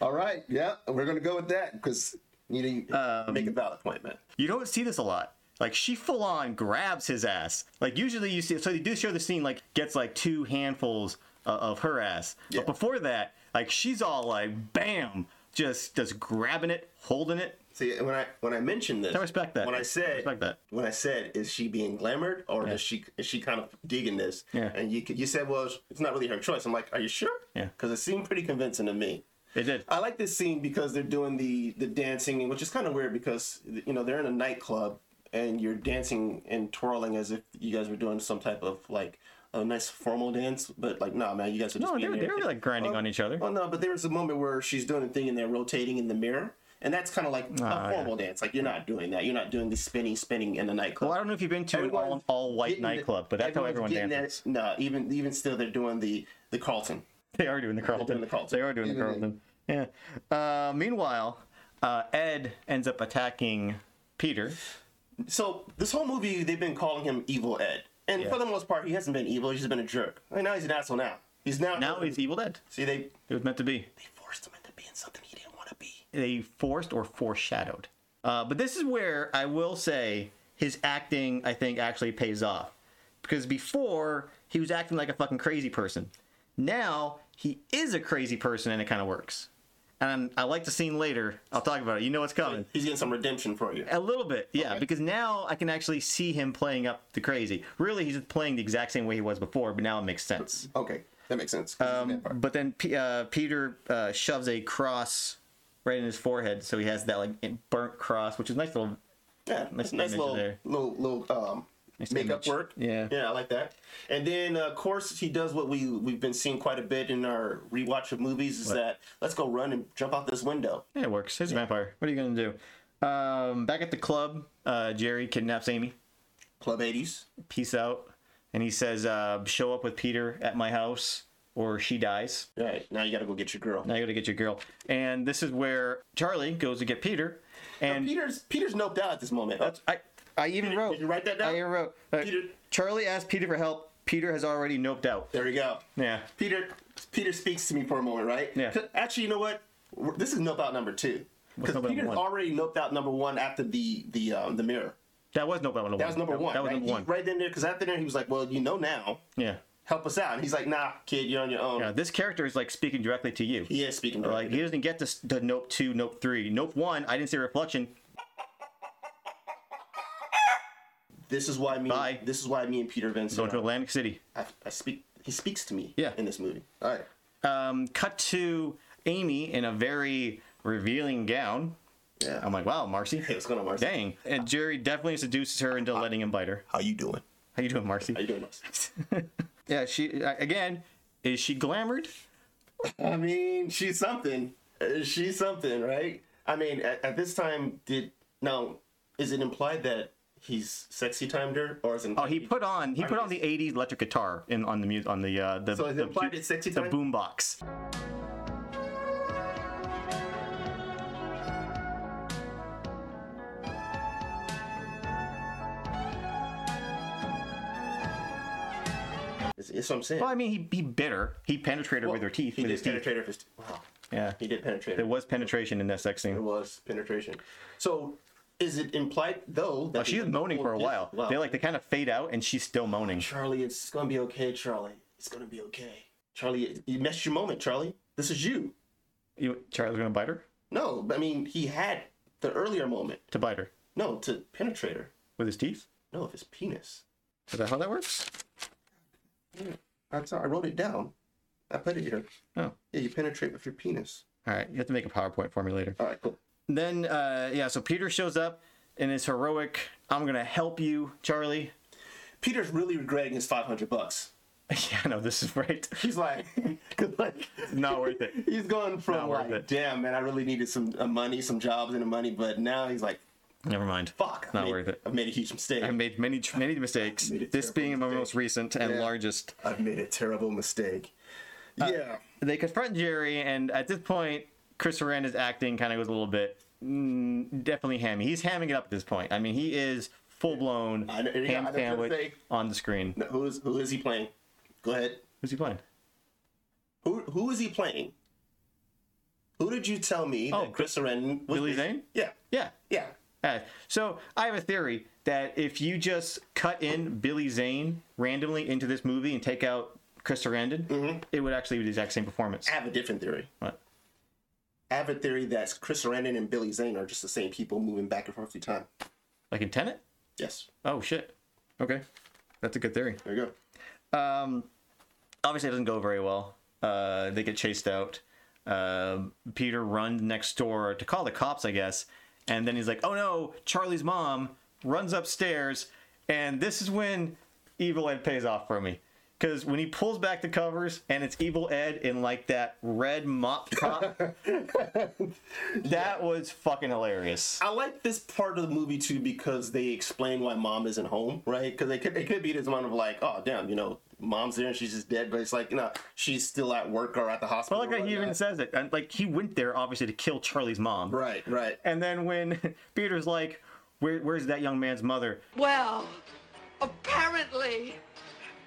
[SPEAKER 3] All right. Yeah, we're gonna go with that because you know you
[SPEAKER 2] Um,
[SPEAKER 3] make a valid point, man.
[SPEAKER 2] You don't see this a lot. Like she full on grabs his ass. Like usually you see. So they do show the scene like gets like two handfuls uh, of her ass.
[SPEAKER 3] Yeah.
[SPEAKER 2] But before that, like she's all like bam, just just grabbing it, holding it.
[SPEAKER 3] See, when I when I mentioned this,
[SPEAKER 2] I respect that.
[SPEAKER 3] When I said,
[SPEAKER 2] I respect that.
[SPEAKER 3] When I said, is she being glamored or
[SPEAKER 2] Yeah.
[SPEAKER 3] is she is she kind of digging this?
[SPEAKER 2] Yeah.
[SPEAKER 3] And you you said, well, it's not really her choice. I'm like, are you sure?
[SPEAKER 2] Yeah.
[SPEAKER 3] Because it seemed pretty convincing to me.
[SPEAKER 2] It did.
[SPEAKER 3] I like this scene because they're doing the the dancing, which is kind of weird because you know they're in a nightclub and you're dancing and twirling as if you guys were doing some type of like a nice formal dance, but like nah, man, you guys are just
[SPEAKER 2] No,
[SPEAKER 3] being
[SPEAKER 2] they're
[SPEAKER 3] there.
[SPEAKER 2] they're like grinding on each other.
[SPEAKER 3] Well, no, but there was a moment where she's doing a thing and they're rotating in the mirror, and that's kind of like
[SPEAKER 2] Ah,
[SPEAKER 3] a formal dance. Like you're not doing that. You're not doing the spinning, spinning in the nightclub.
[SPEAKER 2] Well, I don't know if you've been to an all
[SPEAKER 3] Everyone's
[SPEAKER 2] all white
[SPEAKER 3] getting the-
[SPEAKER 2] nightclub, but that's how everyone
[SPEAKER 3] everyone's getting
[SPEAKER 2] dances.
[SPEAKER 3] that- No, even even still, they're doing the the Carlton.
[SPEAKER 2] They are doing the Carlton.
[SPEAKER 3] doing the Carlton.
[SPEAKER 2] They are doing the Carlton. Yeah. Uh, meanwhile, uh, Ed ends up attacking Peter.
[SPEAKER 3] So this whole movie, they've been calling him Evil Ed, and for the most part, he hasn't been evil. He's just been a jerk. And now he's an asshole. Now he's now
[SPEAKER 2] Now he's Evil Dead.
[SPEAKER 3] see they
[SPEAKER 2] It was meant to be.
[SPEAKER 3] they forced him into being something he didn't want to be.
[SPEAKER 2] they forced or foreshadowed. Uh, but this is where I will say his acting, I think, actually pays off. Because before, he was acting like a fucking crazy person. Now, he is a crazy person and it kind of works. And I like the scene later. I'll talk about it. You know what's coming.
[SPEAKER 3] He's getting some redemption for you.
[SPEAKER 2] A little bit, yeah, because now I can actually see him playing up the crazy. Really, he's just playing the exact same way he was before, but now it makes sense.
[SPEAKER 3] Okay, that makes sense. 'cause he's a vampire.
[SPEAKER 2] But then P- uh, Peter uh, shoves a cross right in his forehead, so he has that like burnt cross, which is a nice little.
[SPEAKER 3] Yeah,
[SPEAKER 2] Nice
[SPEAKER 3] nice, nice
[SPEAKER 2] image
[SPEAKER 3] little,
[SPEAKER 2] there.
[SPEAKER 3] little little um makeup
[SPEAKER 2] image.
[SPEAKER 3] work.
[SPEAKER 2] Yeah.
[SPEAKER 3] yeah, I like that. And then uh, of course he does what we we've been seeing quite a bit in our rewatch of movies is that let's go run and jump out this window.
[SPEAKER 2] Yeah, it works. He's a vampire. What are you gonna do? Um, back at the club, uh, Jerry kidnaps Amy.
[SPEAKER 3] Club eighties.
[SPEAKER 2] Peace out, and he says, uh, "Show up with Peter at my house, or she dies."
[SPEAKER 3] Right now you got to go get your girl.
[SPEAKER 2] Now you gotta get your girl. And this is where Charlie goes to get Peter, and
[SPEAKER 3] Peter's Peter's noped out at this moment.
[SPEAKER 2] I I even wrote.
[SPEAKER 3] you write that down?
[SPEAKER 2] I even wrote. uh,
[SPEAKER 3] Peter-
[SPEAKER 2] Charlie asked Peter for help. Peter has already noped out.
[SPEAKER 3] there we go.
[SPEAKER 2] Yeah.
[SPEAKER 3] Peter Peter speaks to me for a moment, right?
[SPEAKER 2] Yeah.
[SPEAKER 3] Actually, you know what? We're- This is nope out number two.
[SPEAKER 2] What's
[SPEAKER 3] Because
[SPEAKER 2] nope out
[SPEAKER 3] Peter's
[SPEAKER 2] one?
[SPEAKER 3] already noped out number one after the the um, the mirror.
[SPEAKER 2] That was noped out number one.
[SPEAKER 3] That was number one.
[SPEAKER 2] That was
[SPEAKER 3] right?
[SPEAKER 2] number one.
[SPEAKER 3] He- right then there, because after there he was like, "Well, you know now,
[SPEAKER 2] Yeah.
[SPEAKER 3] help us out." And he's like, "Nah, kid, you're on your own."
[SPEAKER 2] Yeah, this character is like speaking directly to you.
[SPEAKER 3] He is speaking
[SPEAKER 2] Like
[SPEAKER 3] directly.
[SPEAKER 2] he doesn't get to, s- to nope two, nope three, nope one. I didn't see reflection.
[SPEAKER 3] this is why me.
[SPEAKER 2] Bye.
[SPEAKER 3] This is why me and Peter
[SPEAKER 2] Going
[SPEAKER 3] Vincent.
[SPEAKER 2] to Atlantic City.
[SPEAKER 3] I, I speak. He speaks to me.
[SPEAKER 2] Yeah.
[SPEAKER 3] In this movie. All right.
[SPEAKER 2] Um, cut to Amy in a very revealing gown.
[SPEAKER 3] Yeah.
[SPEAKER 2] I'm like, wow, Marcy.
[SPEAKER 3] What's going on, Marcy?
[SPEAKER 2] Dang. And Jerry definitely seduces her into letting him bite her.
[SPEAKER 3] How you doing?
[SPEAKER 2] How you doing, Marcy?
[SPEAKER 3] How Uh, you doing, Marcy?
[SPEAKER 2] Yeah, she I- again. Is she glamored?
[SPEAKER 3] I mean, she's something. Uh, She's something, right? I mean, at, at this time, did now is it implied that he's sexy timed her, or is it?
[SPEAKER 2] Oh, he put on he put on the '80s electric guitar in on the mu- on the uh, the
[SPEAKER 3] So is it
[SPEAKER 2] the,
[SPEAKER 3] implied it's sexy
[SPEAKER 2] the
[SPEAKER 3] time?
[SPEAKER 2] boombox.
[SPEAKER 3] That's that's what I'm saying.
[SPEAKER 2] Well, I mean, he, he bit her. He penetrated her
[SPEAKER 3] Well,
[SPEAKER 2] with her teeth.
[SPEAKER 3] He
[SPEAKER 2] with
[SPEAKER 3] did
[SPEAKER 2] his teeth.
[SPEAKER 3] penetrate her. fist- Wow.
[SPEAKER 2] Yeah.
[SPEAKER 3] He did penetrate her.
[SPEAKER 2] There was penetration in that sex
[SPEAKER 3] It
[SPEAKER 2] scene.
[SPEAKER 3] was penetration. So, is it implied though that
[SPEAKER 2] Oh, she was moaning for a while.
[SPEAKER 3] Wow.
[SPEAKER 2] They like they kind of fade out, and she's still moaning.
[SPEAKER 3] Charlie, it's gonna be okay, Charlie. It's gonna be okay, Charlie. You missed your moment, Charlie. This is you.
[SPEAKER 2] You, Charlie's gonna bite her
[SPEAKER 3] No, I mean he had the earlier moment.
[SPEAKER 2] to bite her
[SPEAKER 3] No, to penetrate her.
[SPEAKER 2] with his teeth.
[SPEAKER 3] No, of his penis.
[SPEAKER 2] Is that how that works?
[SPEAKER 3] I'm sorry, I wrote it down. I put it here.
[SPEAKER 2] Oh,
[SPEAKER 3] Yeah, you penetrate with your penis.
[SPEAKER 2] All Oh. right, you have to make a PowerPoint for me later.
[SPEAKER 3] All right, cool.
[SPEAKER 2] Then, uh, yeah, so Peter shows up and is heroic. I'm gonna help you, Charlie.
[SPEAKER 3] Peter's really regretting his 500 bucks.
[SPEAKER 2] yeah, no, this is right.
[SPEAKER 3] He's like, 'cause, like
[SPEAKER 2] Not worth it.
[SPEAKER 3] he's going from
[SPEAKER 2] Not worth
[SPEAKER 3] like,
[SPEAKER 2] it.
[SPEAKER 3] damn man, I really needed some uh, money, some jobs and the money, but now he's like,
[SPEAKER 2] Never mind.
[SPEAKER 3] fuck, I
[SPEAKER 2] Not
[SPEAKER 3] made-
[SPEAKER 2] worth it.
[SPEAKER 3] I've made a huge mistake.
[SPEAKER 2] I made many tr- many mistakes.
[SPEAKER 3] Made a
[SPEAKER 2] This
[SPEAKER 3] terrible
[SPEAKER 2] being my
[SPEAKER 3] mistake.
[SPEAKER 2] most recent and
[SPEAKER 3] Yeah.
[SPEAKER 2] largest.
[SPEAKER 3] I've made a terrible mistake.
[SPEAKER 2] Uh,
[SPEAKER 3] yeah.
[SPEAKER 2] They confront Jerry, and at this point, Chris Miranda's acting kind of goes a little bit mm, definitely hammy. He's hamming it up at this point. I mean, he is full blown
[SPEAKER 3] I know- yeah, I
[SPEAKER 2] ham
[SPEAKER 3] know what you're saying.
[SPEAKER 2] sandwich on the screen.
[SPEAKER 3] No, Who is who is he playing? Go ahead.
[SPEAKER 2] Who's he playing?
[SPEAKER 3] Who who is he playing? Who did you tell me
[SPEAKER 2] Oh,
[SPEAKER 3] that Chris Sarandon was
[SPEAKER 2] Billy
[SPEAKER 3] based-
[SPEAKER 2] Zane?
[SPEAKER 3] Yeah.
[SPEAKER 2] Yeah.
[SPEAKER 3] Yeah.
[SPEAKER 2] Uh, so I have a theory that if you just cut in Billy Zane randomly into this movie and take out Chris Sarandon,
[SPEAKER 3] Mm-hmm.
[SPEAKER 2] it would actually be the exact same performance.
[SPEAKER 3] I have a different theory.
[SPEAKER 2] What?
[SPEAKER 3] I have a theory that Chris Sarandon and Billy Zane are just the same people moving back and forth through time.
[SPEAKER 2] Like in Tenet?
[SPEAKER 3] Yes.
[SPEAKER 2] Oh shit. Okay, that's a good theory.
[SPEAKER 3] There you go.
[SPEAKER 2] Um, obviously, it doesn't go very well. Uh, they get chased out. Um Peter runs next door to call the cops, I guess. And then he's like, "Oh no, Charlie's mom!" Runs upstairs, and this is when Evil Ed pays off for me. Because when he pulls back the covers and it's Evil Ed in like that red mop top, that was fucking hilarious.
[SPEAKER 3] I like this part of the movie too because they explain why mom isn't home, right? Because it could it could be this one of like, oh damn, you know, mom's there and she's just dead, but it's like, you know, she's still at work or at the
[SPEAKER 2] But
[SPEAKER 3] hospital.
[SPEAKER 2] like how
[SPEAKER 3] or
[SPEAKER 2] he even
[SPEAKER 3] whatnot.
[SPEAKER 2] says it, and like he went there obviously to kill Charlie's mom.
[SPEAKER 3] Right, right.
[SPEAKER 2] And then when Peter's like, Where, "Where's that young man's mother?"
[SPEAKER 5] Well, apparently,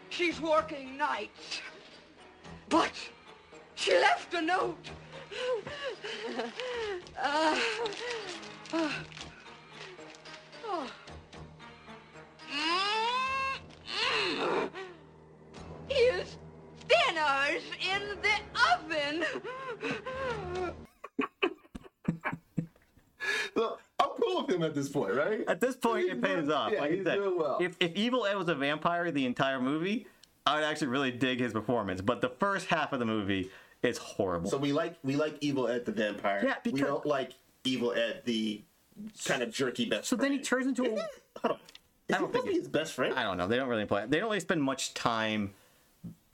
[SPEAKER 5] she's working nights. But she left a note. Uh, uh, oh. His dinner's in the oven.
[SPEAKER 3] Look, I'm cool with him at this point, right?
[SPEAKER 2] At this point, it pays off.
[SPEAKER 3] Yeah,
[SPEAKER 2] like I
[SPEAKER 3] he's
[SPEAKER 2] said,
[SPEAKER 3] doing well.
[SPEAKER 2] if if Evil Ed was a vampire the entire movie, I would actually really dig his performance. But the first half of the movie is horrible.
[SPEAKER 3] So we like we like Evil Ed the vampire.
[SPEAKER 2] Yeah,
[SPEAKER 3] we
[SPEAKER 2] because-
[SPEAKER 3] don't like Evil Ed the kind of jerky best.
[SPEAKER 2] So then he
[SPEAKER 3] friend.
[SPEAKER 2] turns into a.
[SPEAKER 3] Hold on. Is
[SPEAKER 2] I don't
[SPEAKER 3] he
[SPEAKER 2] think
[SPEAKER 3] really
[SPEAKER 2] he-
[SPEAKER 3] his best friend?
[SPEAKER 2] I don't know. They don't really play. They don't really spend much time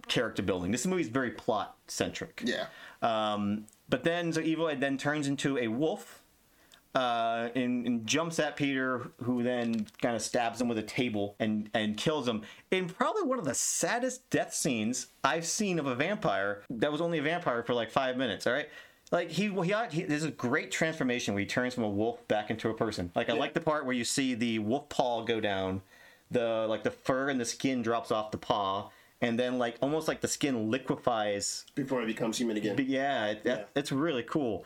[SPEAKER 2] character building. This movie is very plot centric.
[SPEAKER 3] yeah.
[SPEAKER 2] Um, but then, so Evil Ed then turns into a wolf uh, and, and jumps at Peter, who then kind of stabs him with a table and, and kills him in probably one of the saddest death scenes I've seen of a vampire that was only a vampire for like five minutes, all right? Like he, he, he there's a great transformation where he turns from a wolf back into a person. Like I like the part where you see the wolf paw go down, the like the fur and the skin drops off the paw, and then like almost like the skin liquefies
[SPEAKER 3] Before he becomes human again.
[SPEAKER 2] but yeah, it, that,
[SPEAKER 3] Yeah.
[SPEAKER 2] it's really cool.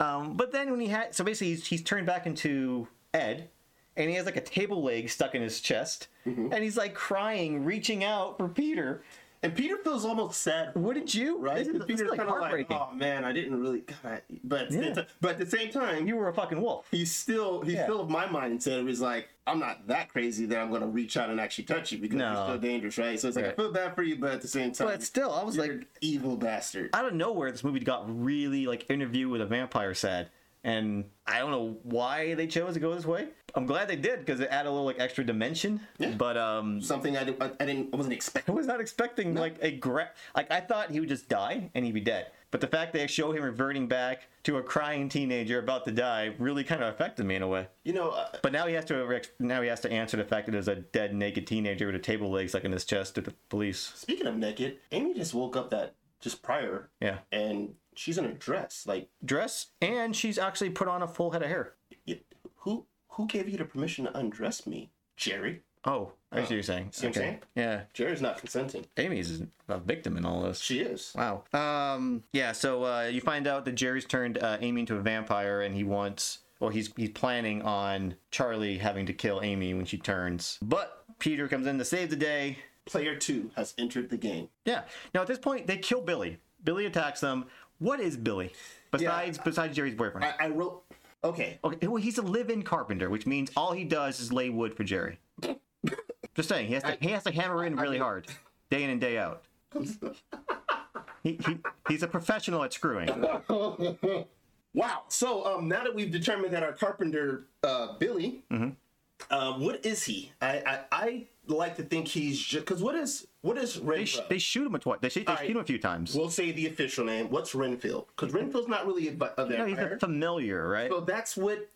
[SPEAKER 2] Um, but then when he had, so basically he's, he's turned back into Ed, and he has like a table leg stuck in his chest,
[SPEAKER 3] Mm-hmm.
[SPEAKER 2] and he's like crying, reaching out for Peter.
[SPEAKER 3] and Peter feels almost sad.
[SPEAKER 2] Wouldn't you?
[SPEAKER 3] Right?
[SPEAKER 2] This is,
[SPEAKER 3] 'Cause
[SPEAKER 2] this is,
[SPEAKER 3] Peter's
[SPEAKER 2] like
[SPEAKER 3] kinda
[SPEAKER 2] heartbreaking.
[SPEAKER 3] oh man, I didn't really. God, I- but, at the same
[SPEAKER 2] Yeah.
[SPEAKER 3] ti- but at the same time,
[SPEAKER 2] you were a fucking wolf.
[SPEAKER 3] he's still he's
[SPEAKER 2] Yeah.
[SPEAKER 3] still of my mindset. He's like, I'm not that crazy that I'm gonna reach out and actually touch you because
[SPEAKER 2] No.
[SPEAKER 3] you're still dangerous, right? So it's like
[SPEAKER 2] Right.
[SPEAKER 3] I feel bad for you, but at the same time,
[SPEAKER 2] But still, I was
[SPEAKER 3] you're
[SPEAKER 2] like,
[SPEAKER 3] an evil bastard.
[SPEAKER 2] out of nowhere, this movie got really like interview with a vampire sad. And I don't know why they chose to go this way. I'm glad they did because it added a little like extra dimension. But um,
[SPEAKER 3] Something I, di- I, I didn't I wasn't expecting.
[SPEAKER 2] I was not expecting like a gra- like I thought he would just die and he'd be dead. But the fact they show him reverting back to a crying teenager about to die really kind of affected me in a way.
[SPEAKER 3] You know, uh,
[SPEAKER 2] But now he has to rex- now he has to answer the fact that there's a dead naked teenager with a table leg stuck in his chest to the police.
[SPEAKER 3] Speaking of naked, Amy just woke up that just prior,
[SPEAKER 2] Yeah,
[SPEAKER 3] and she's in a dress. Like,
[SPEAKER 2] dress and she's actually put on a full head of hair.
[SPEAKER 3] y- who who gave you the permission to undress me, Jerry?
[SPEAKER 2] Oh, I see what you're saying.
[SPEAKER 3] See what I'm saying?
[SPEAKER 2] Yeah,
[SPEAKER 3] Jerry's not consenting.
[SPEAKER 2] Amy's a victim in all this.
[SPEAKER 3] She is.
[SPEAKER 2] Wow. Um. Yeah. So uh, you find out that Jerry's turned uh, Amy into a vampire, and he wants, or he's he's planning on Charlie having to kill Amy when she turns. But Peter comes in to save the day.
[SPEAKER 3] Player two has entered the game.
[SPEAKER 2] Yeah. Now at this point, they kill Billy. Billy attacks them. What is Billy besides besides Jerry's boyfriend?
[SPEAKER 3] I, I wrote. Okay,
[SPEAKER 2] okay. Well, he's a live-in carpenter, which means all he does is lay wood for Jerry. Just saying, he has to he has to hammer in really hard, day in and day out. He, he, he's a professional at screwing.
[SPEAKER 3] Wow. So um, now that we've determined that our carpenter uh, Billy,
[SPEAKER 2] Mm-hmm.
[SPEAKER 3] uh, what is he? I, I I like to think he's because what is what is
[SPEAKER 2] They, sh-
[SPEAKER 3] Renfield?
[SPEAKER 2] they shoot him a twi- They, sh- they
[SPEAKER 3] right.
[SPEAKER 2] shoot him a few times.
[SPEAKER 3] we'll say the official name. What's Renfield? Because Renfield's not really a, a
[SPEAKER 2] no, he's
[SPEAKER 3] vampire.
[SPEAKER 2] a familiar, right?
[SPEAKER 3] so that's what.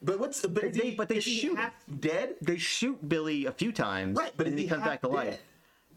[SPEAKER 3] But what's but is
[SPEAKER 2] They-
[SPEAKER 3] he,
[SPEAKER 2] but they
[SPEAKER 3] is he
[SPEAKER 2] shoot him.
[SPEAKER 3] half dead.
[SPEAKER 2] they shoot Billy a few times,
[SPEAKER 3] Right, but
[SPEAKER 2] and
[SPEAKER 3] is
[SPEAKER 2] he
[SPEAKER 3] he
[SPEAKER 2] comes back
[SPEAKER 3] half
[SPEAKER 2] to life.
[SPEAKER 3] dead?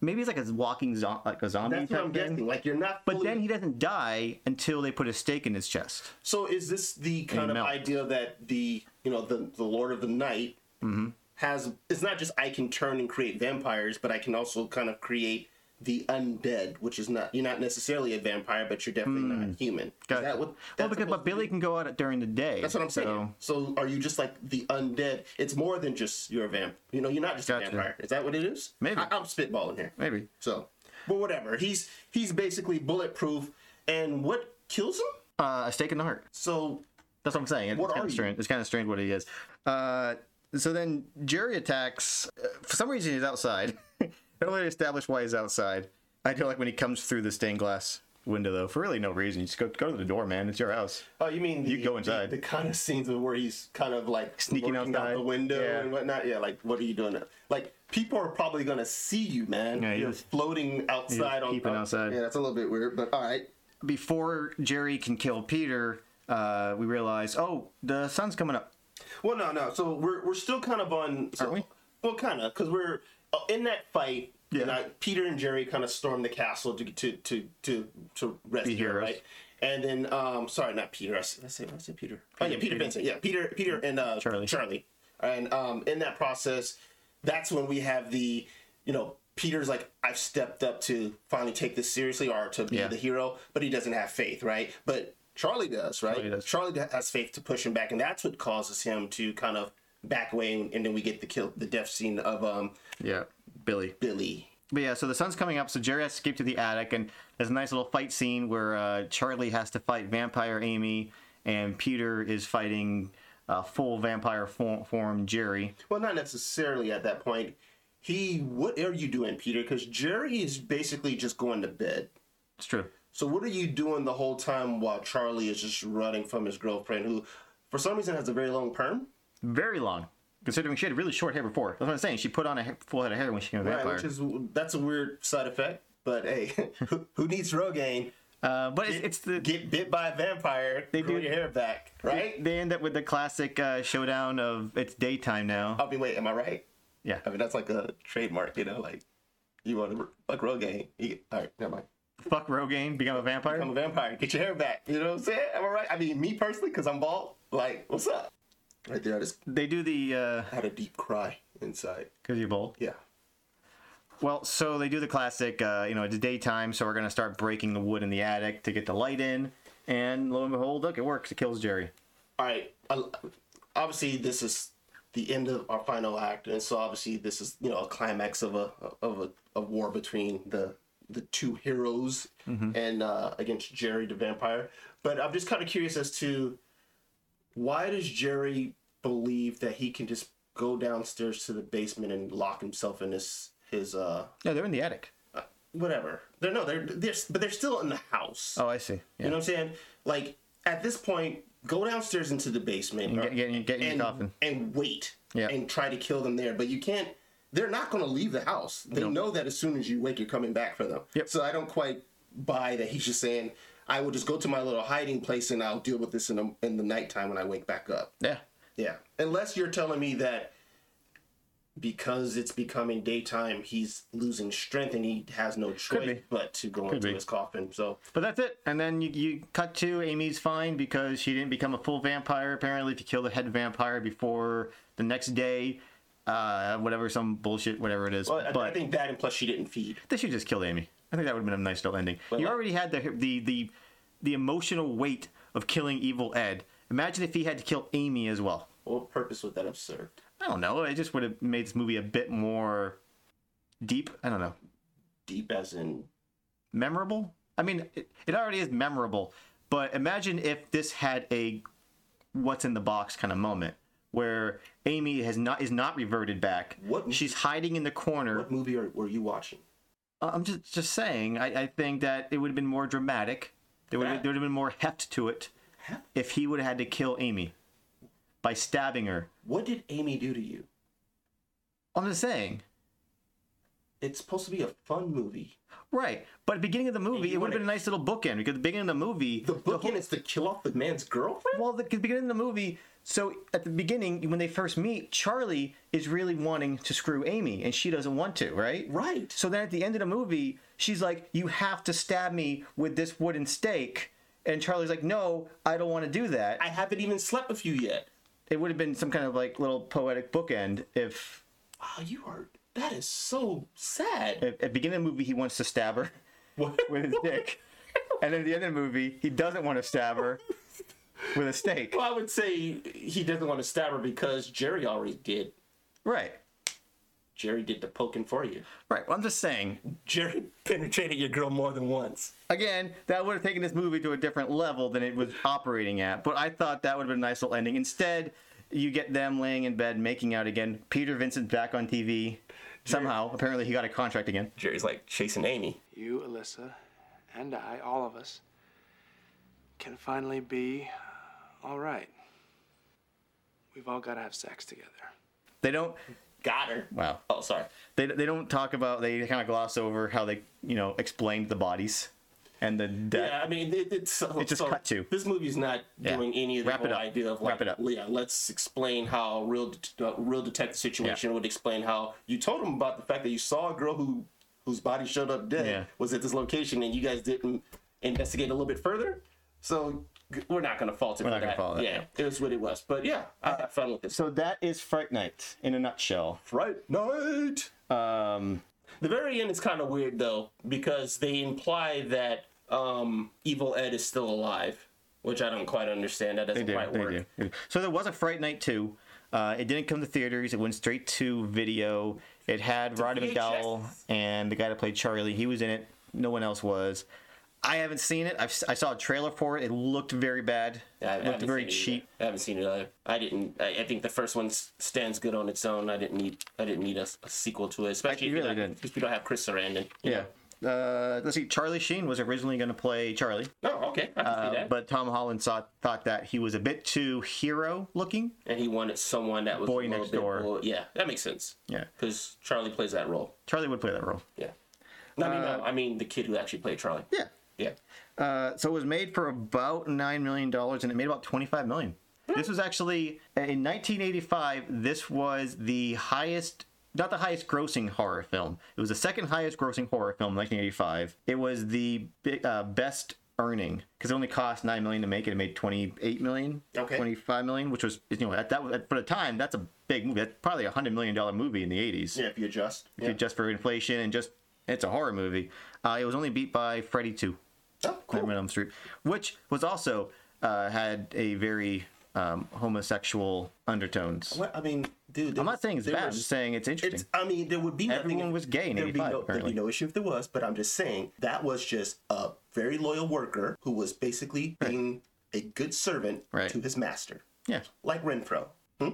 [SPEAKER 2] Maybe he's like a walking zo- like a zombie
[SPEAKER 3] That's what
[SPEAKER 2] type
[SPEAKER 3] I'm
[SPEAKER 2] thing.
[SPEAKER 3] guessing. Like you're not.
[SPEAKER 2] but
[SPEAKER 3] fully-
[SPEAKER 2] then he doesn't die until they put a stake in his chest.
[SPEAKER 3] So is this the kind of
[SPEAKER 2] melt.
[SPEAKER 3] idea that the you know the the Lord of the Night
[SPEAKER 2] Mm-hmm.
[SPEAKER 3] has? It's not just I can turn and create vampires, but I can also kind of create the undead, which is not you're not necessarily a vampire, but you're definitely not human. Is that what?
[SPEAKER 2] Mm. well, because
[SPEAKER 3] that's
[SPEAKER 2] but
[SPEAKER 3] supposed to
[SPEAKER 2] Billy
[SPEAKER 3] be-
[SPEAKER 2] can go out at- during the day.
[SPEAKER 3] That's what I'm saying.
[SPEAKER 2] so-
[SPEAKER 3] So, are you just like the undead? It's more than just you're a vamp. You know, you're not just
[SPEAKER 2] Gotcha.
[SPEAKER 3] a vampire. Is that what it is?
[SPEAKER 2] Maybe.
[SPEAKER 3] I, I'm spitballing here.
[SPEAKER 2] Maybe.
[SPEAKER 3] So, but whatever. He's he's basically bulletproof. And what kills him?
[SPEAKER 2] uh, a stake in the heart.
[SPEAKER 3] So
[SPEAKER 2] That's what I'm saying. It's
[SPEAKER 3] What
[SPEAKER 2] kind
[SPEAKER 3] are
[SPEAKER 2] of
[SPEAKER 3] you?
[SPEAKER 2] strange. It's kind of strange what he is. Uh, so then Jerry attacks. Uh, for some reason, he's outside. I don't really establish why he's outside. I do like when he comes through the stained glass window, though, for really no reason. You just go, go to the door, man. It's your house.
[SPEAKER 3] Oh, you mean
[SPEAKER 2] You
[SPEAKER 3] the-
[SPEAKER 2] go inside.
[SPEAKER 3] The, the kind of scenes where he's kind of like
[SPEAKER 2] Sneaking
[SPEAKER 3] lurking out
[SPEAKER 2] outside.
[SPEAKER 3] the window
[SPEAKER 2] Yeah.
[SPEAKER 3] and whatnot. Yeah, like what are you doing? Now? Like people are probably gonna see you, man.
[SPEAKER 2] Yeah, he
[SPEAKER 3] You're
[SPEAKER 2] was-
[SPEAKER 3] floating outside on
[SPEAKER 2] peeping
[SPEAKER 3] on-
[SPEAKER 2] outside.
[SPEAKER 3] Yeah, that's a little bit weird, but all right.
[SPEAKER 2] Before Jerry can kill Peter, uh, we realize, oh, the sun's coming up.
[SPEAKER 3] Well, no, no. So we're we're still kind of on. So,
[SPEAKER 2] Aren't we?
[SPEAKER 3] Well, kind of, because we're uh, in that fight.
[SPEAKER 2] Yeah.
[SPEAKER 3] Yeah. And I, Peter and Jerry kind of storm the castle to to to to to rescue her,
[SPEAKER 2] heroes.
[SPEAKER 3] right? And then, um, sorry, not Peter. I s- I say, I say Peter. Oh yeah, Peter,
[SPEAKER 2] Peter.
[SPEAKER 3] Vincent. Yeah, Peter, Peter, and uh,
[SPEAKER 2] Charlie.
[SPEAKER 3] Charlie. And um, in that process, that's when we have the, you know, Peter's like, I've stepped up to finally take this seriously or to be
[SPEAKER 2] Yeah.
[SPEAKER 3] the hero, but he doesn't have faith, right? But Charlie does, right?
[SPEAKER 2] Charlie does.
[SPEAKER 3] Charlie has faith to push him back, and that's what causes him to kind of back away, and, and then we get the kill, the death scene of um
[SPEAKER 2] Yeah, Billy.
[SPEAKER 3] Billy.
[SPEAKER 2] But yeah, so the sun's coming up, so Jerry has to escape to the attic, and there's a nice little fight scene where uh, Charlie has to fight Vampire Amy, and Peter is fighting uh, full vampire form, form Jerry.
[SPEAKER 3] Well, not necessarily at that point. He, what are you doing, Peter? Because Jerry is basically just going to bed.
[SPEAKER 2] It's true.
[SPEAKER 3] So what are you doing the whole time while Charlie is just running from his girlfriend, who, for some reason, has a very long perm,
[SPEAKER 2] Very long, considering she had really short hair before. That's what I'm saying. She put on a he- full head of hair when she became a
[SPEAKER 3] right?
[SPEAKER 2] vampire.
[SPEAKER 3] Which is that's a weird side effect. But hey, who, who needs Rogaine?
[SPEAKER 2] uh, but it's, it's the
[SPEAKER 3] Get bit by a vampire, they grow
[SPEAKER 2] do-
[SPEAKER 3] your hair back, right?
[SPEAKER 2] they end up with the classic uh, showdown of it's daytime now.
[SPEAKER 3] I mean, wait, am I right?
[SPEAKER 2] yeah.
[SPEAKER 3] I mean, that's like a trademark, you know, like you want to fuck Rogaine. You, all right, never mind.
[SPEAKER 2] Fuck Rogaine, become a vampire.
[SPEAKER 3] I'm a vampire. Get your hair back. You know what I'm saying? Am I right? I mean, me personally, because I'm bald. Like, what's up? Right there, I just
[SPEAKER 2] they do the uh,
[SPEAKER 3] had a deep cry inside.
[SPEAKER 2] because you're bold.
[SPEAKER 3] Yeah.
[SPEAKER 2] Well, so they do the classic, uh, you know, it's daytime, so we're going to start breaking the wood in the attic to get the light in. And lo and behold, look, it works. It kills Jerry.
[SPEAKER 3] All right. I- Obviously, this is the end of our final act, and so obviously, this is you know a climax of a of a, a war between the the two heroes and uh, against Jerry the vampire. But I'm just kind of curious as to why does Jerry believe that he can just go downstairs to the basement and lock himself in his his uh
[SPEAKER 2] No, they're in the attic.
[SPEAKER 3] whatever. They're no, they're they're but they're still in the house.
[SPEAKER 2] Oh, I see. Yeah.
[SPEAKER 3] You know what I'm saying? Like at this point, go downstairs into the basement
[SPEAKER 2] get- get- get in your
[SPEAKER 3] and,
[SPEAKER 2] coffin.
[SPEAKER 3] and wait
[SPEAKER 2] Yeah.
[SPEAKER 3] and try to kill them there. But you can't. They're not going to leave the house. They know that as soon as you wake, you're coming back for them.
[SPEAKER 2] Yep.
[SPEAKER 3] So I don't quite buy that he's just saying, "I will just go to my little hiding place and I'll deal with this in the, in the nighttime when I wake back up."
[SPEAKER 2] yeah.
[SPEAKER 3] Yeah. Unless you're telling me that because it's becoming daytime, he's losing strength and he has no choice
[SPEAKER 2] be.
[SPEAKER 3] but to go into
[SPEAKER 2] be.
[SPEAKER 3] his coffin. So
[SPEAKER 2] But that's it. And then you, you cut to Amy's fine because she didn't become a full vampire. Apparently, if you kill the head vampire before the next day, uh, whatever, some bullshit, whatever it is.
[SPEAKER 3] Well, I-
[SPEAKER 2] but
[SPEAKER 3] I think that, and plus she didn't feed.
[SPEAKER 2] they should just kill Amy. I think that would have been a nice little ending. you already had the, the the the emotional weight of killing evil Ed. Imagine if he had to kill Amy as well.
[SPEAKER 3] What purpose would that have served?
[SPEAKER 2] I don't know. It just would have made this movie a bit more deep. I don't know.
[SPEAKER 3] Deep as in.
[SPEAKER 2] Memorable? I mean, it, it already is memorable, but imagine if this had a what's in the box kind of moment where Amy has not is not reverted back.
[SPEAKER 3] What-
[SPEAKER 2] She's hiding in the corner. Uh,
[SPEAKER 3] What movie are, were you watching?
[SPEAKER 2] I'm just just saying. I, I think that it would have been more dramatic. There would have, there would have been more heft to it if he would have had to kill Amy by stabbing her.
[SPEAKER 3] What did Amy do to you?
[SPEAKER 2] I'm just saying.
[SPEAKER 3] It's supposed to be a fun movie.
[SPEAKER 2] Right, but at the beginning of the movie,
[SPEAKER 3] you
[SPEAKER 2] it would have
[SPEAKER 3] wanna-
[SPEAKER 2] been a nice little bookend because the beginning of the movie,
[SPEAKER 3] The bookend is to kill off the man's girlfriend.
[SPEAKER 2] Well, the, the beginning of the movie. So at the beginning, when they first meet, Charlie is really wanting to screw Amy, and she doesn't want to, right?
[SPEAKER 3] Right.
[SPEAKER 2] So then at the end of the movie, she's like, "You have to stab me with this wooden stake," and Charlie's like, "No, I don't want to do that."
[SPEAKER 3] I haven't even slept with you yet.
[SPEAKER 2] it would have been some kind of like little poetic bookend if
[SPEAKER 3] Wow, Ah, you are. That is so sad.
[SPEAKER 2] at, at the beginning of the movie he wants to stab her
[SPEAKER 3] What?
[SPEAKER 2] with his dick, and then at the end of the movie he doesn't want to stab her with a stake.
[SPEAKER 3] Well, I would say he doesn't want to stab her because Jerry already did.
[SPEAKER 2] Right.
[SPEAKER 3] Jerry did the poking for you.
[SPEAKER 2] Right. Well, I'm just saying.
[SPEAKER 3] Jerry penetrated your girl more than once.
[SPEAKER 2] again, that would have taken this movie to a different level than it was operating at. But I thought that would have been a nice little ending. Instead, you get them laying in bed making out again. Peter Vincent's back on TV somehow. Apparently, he got a contract again.
[SPEAKER 3] Jerry's like chasing Amy.
[SPEAKER 7] You, Alyssa, and I, all of us, can finally be uh, all right. We've all got to have sex together.
[SPEAKER 2] They don't.
[SPEAKER 3] Got her.
[SPEAKER 2] Wow.
[SPEAKER 3] Oh, sorry.
[SPEAKER 2] They they don't talk about. They kind of gloss over how they you know explained the bodies and the death.
[SPEAKER 3] Yeah, I mean, it, it's so,
[SPEAKER 2] It just
[SPEAKER 3] so
[SPEAKER 2] cut to.
[SPEAKER 3] This movie's not
[SPEAKER 2] Yeah.
[SPEAKER 3] doing any of the
[SPEAKER 2] Wrap it
[SPEAKER 3] whole
[SPEAKER 2] up.
[SPEAKER 3] idea of like,
[SPEAKER 2] Wrap it up.
[SPEAKER 3] yeah, let's explain how real det- uh, real detective situation would explain how you told them about the fact that you saw a girl who whose body showed up dead
[SPEAKER 2] Yeah.
[SPEAKER 3] was at this location, and you guys didn't investigate a little bit further. So g- we're not gonna fault it for
[SPEAKER 2] not gonna
[SPEAKER 3] that.
[SPEAKER 2] fault it,
[SPEAKER 3] yeah, it was what it was. But yeah, I had fun with this.
[SPEAKER 2] So that is Fright Night in a nutshell.
[SPEAKER 3] Right night.
[SPEAKER 2] Um,
[SPEAKER 3] The very end is kind of weird though because they imply that um, Evil Ed is still alive, which I don't quite understand. That doesn't
[SPEAKER 2] They do,
[SPEAKER 3] quite
[SPEAKER 2] they
[SPEAKER 3] work.
[SPEAKER 2] do. So there was a Fright Night too. Uh, it didn't come to theaters. It went straight to video. It had Roddy
[SPEAKER 3] VHS.
[SPEAKER 2] McDowell and the guy that played Charlie. He was in it. No one else was. I haven't seen it. I've, s- I saw a trailer for it. It looked very bad.
[SPEAKER 3] I- I
[SPEAKER 2] it looked
[SPEAKER 3] haven't
[SPEAKER 2] very
[SPEAKER 3] seen it
[SPEAKER 2] cheap.
[SPEAKER 3] either. I haven't seen it either. I didn't. I, I think the first one s- stands good on its own. I didn't need. I didn't need a, s- a sequel to it, especially
[SPEAKER 2] really
[SPEAKER 3] if, you don't,
[SPEAKER 2] didn't.
[SPEAKER 3] if you don't have Chris Sarandon. you
[SPEAKER 2] Yeah.
[SPEAKER 3] know.
[SPEAKER 2] Uh, let's see. Charlie Sheen was originally going to play Charlie,
[SPEAKER 3] No. Oh, Okay. I can see
[SPEAKER 2] uh,
[SPEAKER 3] that.
[SPEAKER 2] but Tom Holland saw, thought that he was a bit too hero looking.
[SPEAKER 3] and he wanted someone that was
[SPEAKER 2] Boy
[SPEAKER 3] a little
[SPEAKER 2] Next
[SPEAKER 3] bit
[SPEAKER 2] Door.
[SPEAKER 3] more- yeah, that makes sense.
[SPEAKER 2] Yeah.
[SPEAKER 3] Because Charlie plays that role.
[SPEAKER 2] Charlie would play that role.
[SPEAKER 3] Yeah. No, I mean,
[SPEAKER 2] Uh,
[SPEAKER 3] no, I mean the kid who actually played Charlie.
[SPEAKER 2] Yeah.
[SPEAKER 3] Yeah.
[SPEAKER 2] Uh, so it was made for about nine million dollars, and it made about twenty-five million.
[SPEAKER 3] Hmm.
[SPEAKER 2] This was actually in 1985. This was the highest, not the highest grossing horror film. It was the second highest grossing horror film in 1985. It was the big, uh, best earning because it only cost nine million to make it. It made 28 million,
[SPEAKER 3] Okay.
[SPEAKER 2] 25 million, which was you know at that at- for the time that's a big movie. That's probably a hundred million dollar movie in the 80s
[SPEAKER 3] Yeah. If you adjust.
[SPEAKER 2] if you just for inflation and just it's a horror movie. Uh, it was only beat by Freddy 2.
[SPEAKER 3] Oh, cool.
[SPEAKER 2] Nightmare on Elm Street, which was also uh, had a very um, homosexual undertones.
[SPEAKER 3] Well, I mean, dude,
[SPEAKER 2] I'm not saying it's
[SPEAKER 3] there
[SPEAKER 2] bad. I'm
[SPEAKER 3] was-
[SPEAKER 2] just saying it's interesting.
[SPEAKER 3] It's. I mean, there would be nothing
[SPEAKER 2] Everyone
[SPEAKER 3] if-
[SPEAKER 2] was gay in
[SPEAKER 3] there'd
[SPEAKER 2] 85,
[SPEAKER 3] be no- There'd
[SPEAKER 2] apparently.
[SPEAKER 3] be no issue if there was, but I'm just saying that was just a very loyal worker who was basically being a good servant
[SPEAKER 2] Right.
[SPEAKER 3] to his master,
[SPEAKER 2] yeah,
[SPEAKER 3] like Renfro. Hmm?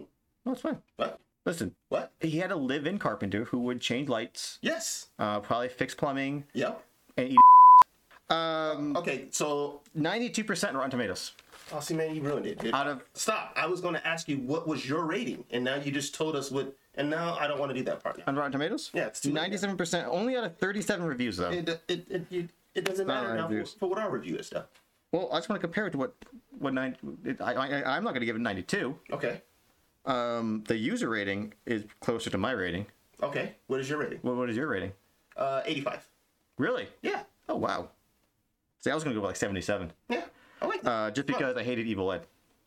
[SPEAKER 2] no, it's fine.
[SPEAKER 3] What?
[SPEAKER 2] Listen,
[SPEAKER 3] What?
[SPEAKER 2] he had a live-in carpenter who would change lights,
[SPEAKER 3] Yes.
[SPEAKER 2] uh, probably fix plumbing,
[SPEAKER 3] Yep.
[SPEAKER 2] and eat. Um,
[SPEAKER 3] Okay. So,
[SPEAKER 2] 92% Rotten Tomatoes.
[SPEAKER 3] oh, see, man, you ruined it. dude.
[SPEAKER 2] Out of-
[SPEAKER 3] stop. I was going to ask you what was your rating, and now you just told us what. And now I don't want to do that part. Now.
[SPEAKER 2] On Rotten Tomatoes?
[SPEAKER 3] Yeah, it's too late.
[SPEAKER 2] 97%. Only out of 37 reviews, though.
[SPEAKER 3] It it it, it, it doesn't
[SPEAKER 2] Not
[SPEAKER 3] matter now for,
[SPEAKER 2] reviews.
[SPEAKER 3] for what our review is, though.
[SPEAKER 2] well, I just want to compare it to what, what nine, it, I, I, I'm not going to give it 92.
[SPEAKER 3] Okay.
[SPEAKER 2] Um, the user rating is closer to my rating.
[SPEAKER 3] Okay. What is your rating?
[SPEAKER 2] What, what is your rating?
[SPEAKER 3] Uh, 85.
[SPEAKER 2] Really?
[SPEAKER 3] Yeah.
[SPEAKER 2] Oh wow. See, I was gonna go with like seventy-seven,
[SPEAKER 3] Yeah. I like that.
[SPEAKER 2] uh, just because I hated Evil Ed.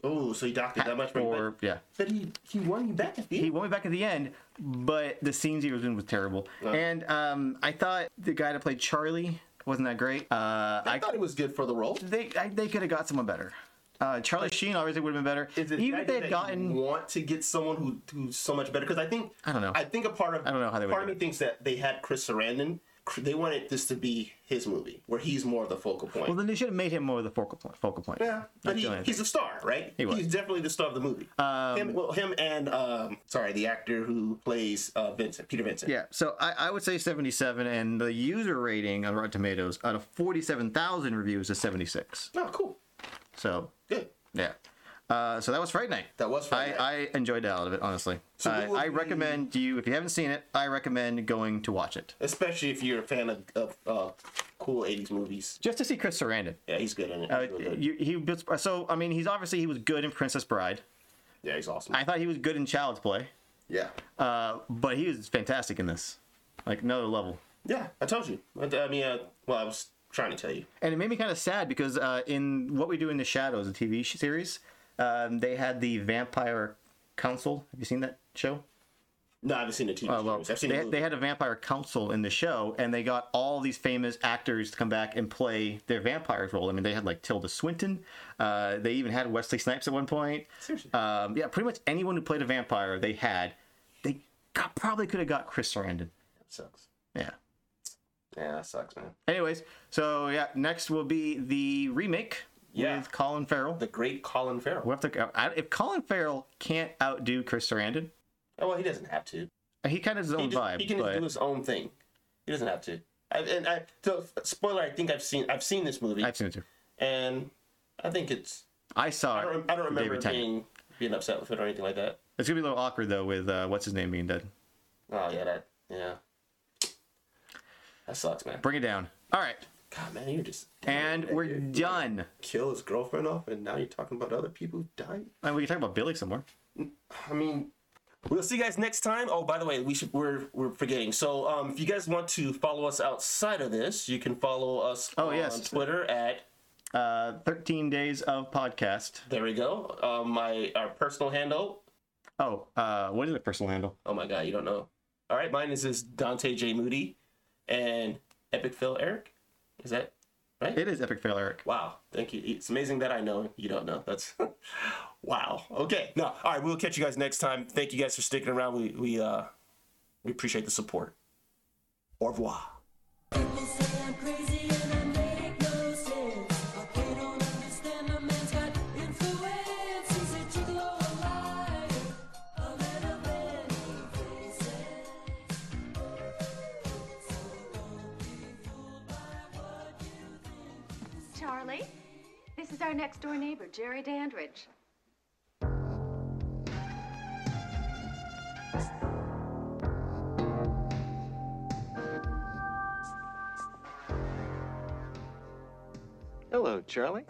[SPEAKER 3] Oh, so he docked it that much for you.
[SPEAKER 2] Or
[SPEAKER 3] But,
[SPEAKER 2] yeah,
[SPEAKER 3] but he, he won you back at the
[SPEAKER 2] he
[SPEAKER 3] end.
[SPEAKER 2] won me back at the end, but the scenes he was in was terrible.
[SPEAKER 3] Uh.
[SPEAKER 2] And um, I thought the guy that played Charlie wasn't that great. Uh,
[SPEAKER 3] I
[SPEAKER 2] I,
[SPEAKER 3] thought it was good for the role.
[SPEAKER 2] they I, they could have got someone better. Uh, Charlie Sheen obviously would have been better.
[SPEAKER 3] Is it the
[SPEAKER 2] Even if
[SPEAKER 3] idea
[SPEAKER 2] they had
[SPEAKER 3] that
[SPEAKER 2] gotten
[SPEAKER 3] you want to get someone who who's so much better because I think
[SPEAKER 2] I don't know.
[SPEAKER 3] I think a part of
[SPEAKER 2] I don't know how they would
[SPEAKER 3] part of
[SPEAKER 2] do
[SPEAKER 3] me
[SPEAKER 2] it.
[SPEAKER 3] thinks that they had Chris Sarandon. they wanted this to be his movie where he's more of the focal point.
[SPEAKER 2] Well, then they should have made him more of the focal point. Focal point.
[SPEAKER 3] yeah, but
[SPEAKER 2] Not
[SPEAKER 3] he,
[SPEAKER 2] doing anything.
[SPEAKER 3] he's the star, right?
[SPEAKER 2] He was.
[SPEAKER 3] He's definitely the star of the movie. him, well, him and um, sorry, the actor who plays uh, Vincent, Peter Vincent.
[SPEAKER 2] Yeah, so I, I would say 77, and the user rating on Rotten Tomatoes out of 47,000 reviews is 76.
[SPEAKER 3] Oh, cool.
[SPEAKER 2] So,
[SPEAKER 3] Good.
[SPEAKER 2] yeah. Uh, so that was Fright Night.
[SPEAKER 3] That was Fright
[SPEAKER 2] I,
[SPEAKER 3] Night.
[SPEAKER 2] I enjoyed the hell out of it, honestly.
[SPEAKER 3] So
[SPEAKER 2] I,
[SPEAKER 3] who would
[SPEAKER 2] I
[SPEAKER 3] be-
[SPEAKER 2] recommend you, if you haven't seen it, I recommend going to watch it.
[SPEAKER 3] Especially if you're a fan of, of uh, cool '80s movies.
[SPEAKER 2] Just to see Chris Sarandon.
[SPEAKER 3] Yeah, he's good in it.
[SPEAKER 2] Uh,
[SPEAKER 3] He's really good.
[SPEAKER 2] you, he was, so, I mean, he's obviously, he was good in Princess Bride.
[SPEAKER 3] yeah, he's awesome.
[SPEAKER 2] I thought he was good in Child's Play,
[SPEAKER 3] yeah.
[SPEAKER 2] uh, but he was fantastic in this. Like, another level.
[SPEAKER 3] Yeah, I told you. I, I mean, uh, well, I was trying to tell you.
[SPEAKER 2] And it made me kind of sad because uh, in What We Do in the Shadows, the TV sh- series, um, they had the Vampire Council. Have you seen that show?
[SPEAKER 3] No, I haven't seen the TV
[SPEAKER 2] Uh, well,
[SPEAKER 3] series. I've seen
[SPEAKER 2] they,
[SPEAKER 3] the movie.
[SPEAKER 2] they had a Vampire Council in the show, and they got all these famous actors to come back and play their vampires role. I mean, they had like Tilda Swinton. Uh, they even had Wesley Snipes at one point.
[SPEAKER 3] Seriously?
[SPEAKER 2] Um, yeah, pretty much anyone who played a vampire, they had. They got, probably could have got Chris Sarandon.
[SPEAKER 3] sucks.
[SPEAKER 2] Yeah.
[SPEAKER 3] Yeah, that sucks, man.
[SPEAKER 2] Anyways, so yeah, next will be the remake
[SPEAKER 3] Yeah.
[SPEAKER 2] with Colin Farrell.
[SPEAKER 3] The great Colin Farrell.
[SPEAKER 2] We'll have to, uh, I- if Colin Farrell can't outdo Chris Sarandon,
[SPEAKER 3] Oh, well, he doesn't have to.
[SPEAKER 2] he kind of has his
[SPEAKER 3] He,
[SPEAKER 2] own
[SPEAKER 3] just-
[SPEAKER 2] vibe.
[SPEAKER 3] he can just
[SPEAKER 2] but
[SPEAKER 3] do his own thing. He doesn't have to. I, and I, so spoiler, I think I've seen I've seen this movie,
[SPEAKER 2] I've seen it too.
[SPEAKER 3] and I think it's
[SPEAKER 2] I saw
[SPEAKER 3] I
[SPEAKER 2] it.
[SPEAKER 3] don't, I don't
[SPEAKER 2] with
[SPEAKER 3] remember
[SPEAKER 2] David Tennant.
[SPEAKER 3] being being upset with it or anything like that.
[SPEAKER 2] It's gonna be a little awkward though with uh, what's his name being dead.
[SPEAKER 3] Oh yeah, that yeah, that sucks, man.
[SPEAKER 2] Bring it down. All right,
[SPEAKER 3] God, man, you're just
[SPEAKER 2] and
[SPEAKER 3] Damn,
[SPEAKER 2] we're
[SPEAKER 3] dude.
[SPEAKER 2] done.
[SPEAKER 3] kill his girlfriend off, and now you're talking about other people who died.
[SPEAKER 2] And we can talk about Billy some more.
[SPEAKER 3] I mean, we'll see you guys next time. Oh, by the way, we should we're we're forgetting. So, um, if you guys want to follow us outside of this, you can follow us
[SPEAKER 2] Oh,
[SPEAKER 3] on
[SPEAKER 2] yes.
[SPEAKER 3] Twitter at
[SPEAKER 2] Uh, Thirteen days of podcast.
[SPEAKER 3] there we go. Um, my our personal handle.
[SPEAKER 2] Oh, uh, what is the personal handle?
[SPEAKER 3] Oh my god, you don't know. All right, mine is this Dante J Moody, and Epic Phil Eric. Is that right?
[SPEAKER 2] It is Epic Fail Eric.
[SPEAKER 3] Wow, thank you. It's amazing that I know you don't know. That's wow. Okay, no. All right, we'll catch you guys next time. Thank you guys for sticking around. We we uh we appreciate the support. Au revoir.
[SPEAKER 8] People say I'm crazy and I make no sense. But they don't understand a man's got influence. He's a gigolo, a liar, a man of many faces. So don't be fooled by what you think.
[SPEAKER 5] Charlie, this is our next door neighbor, Jerry Dandridge.
[SPEAKER 9] Hello, Charlie.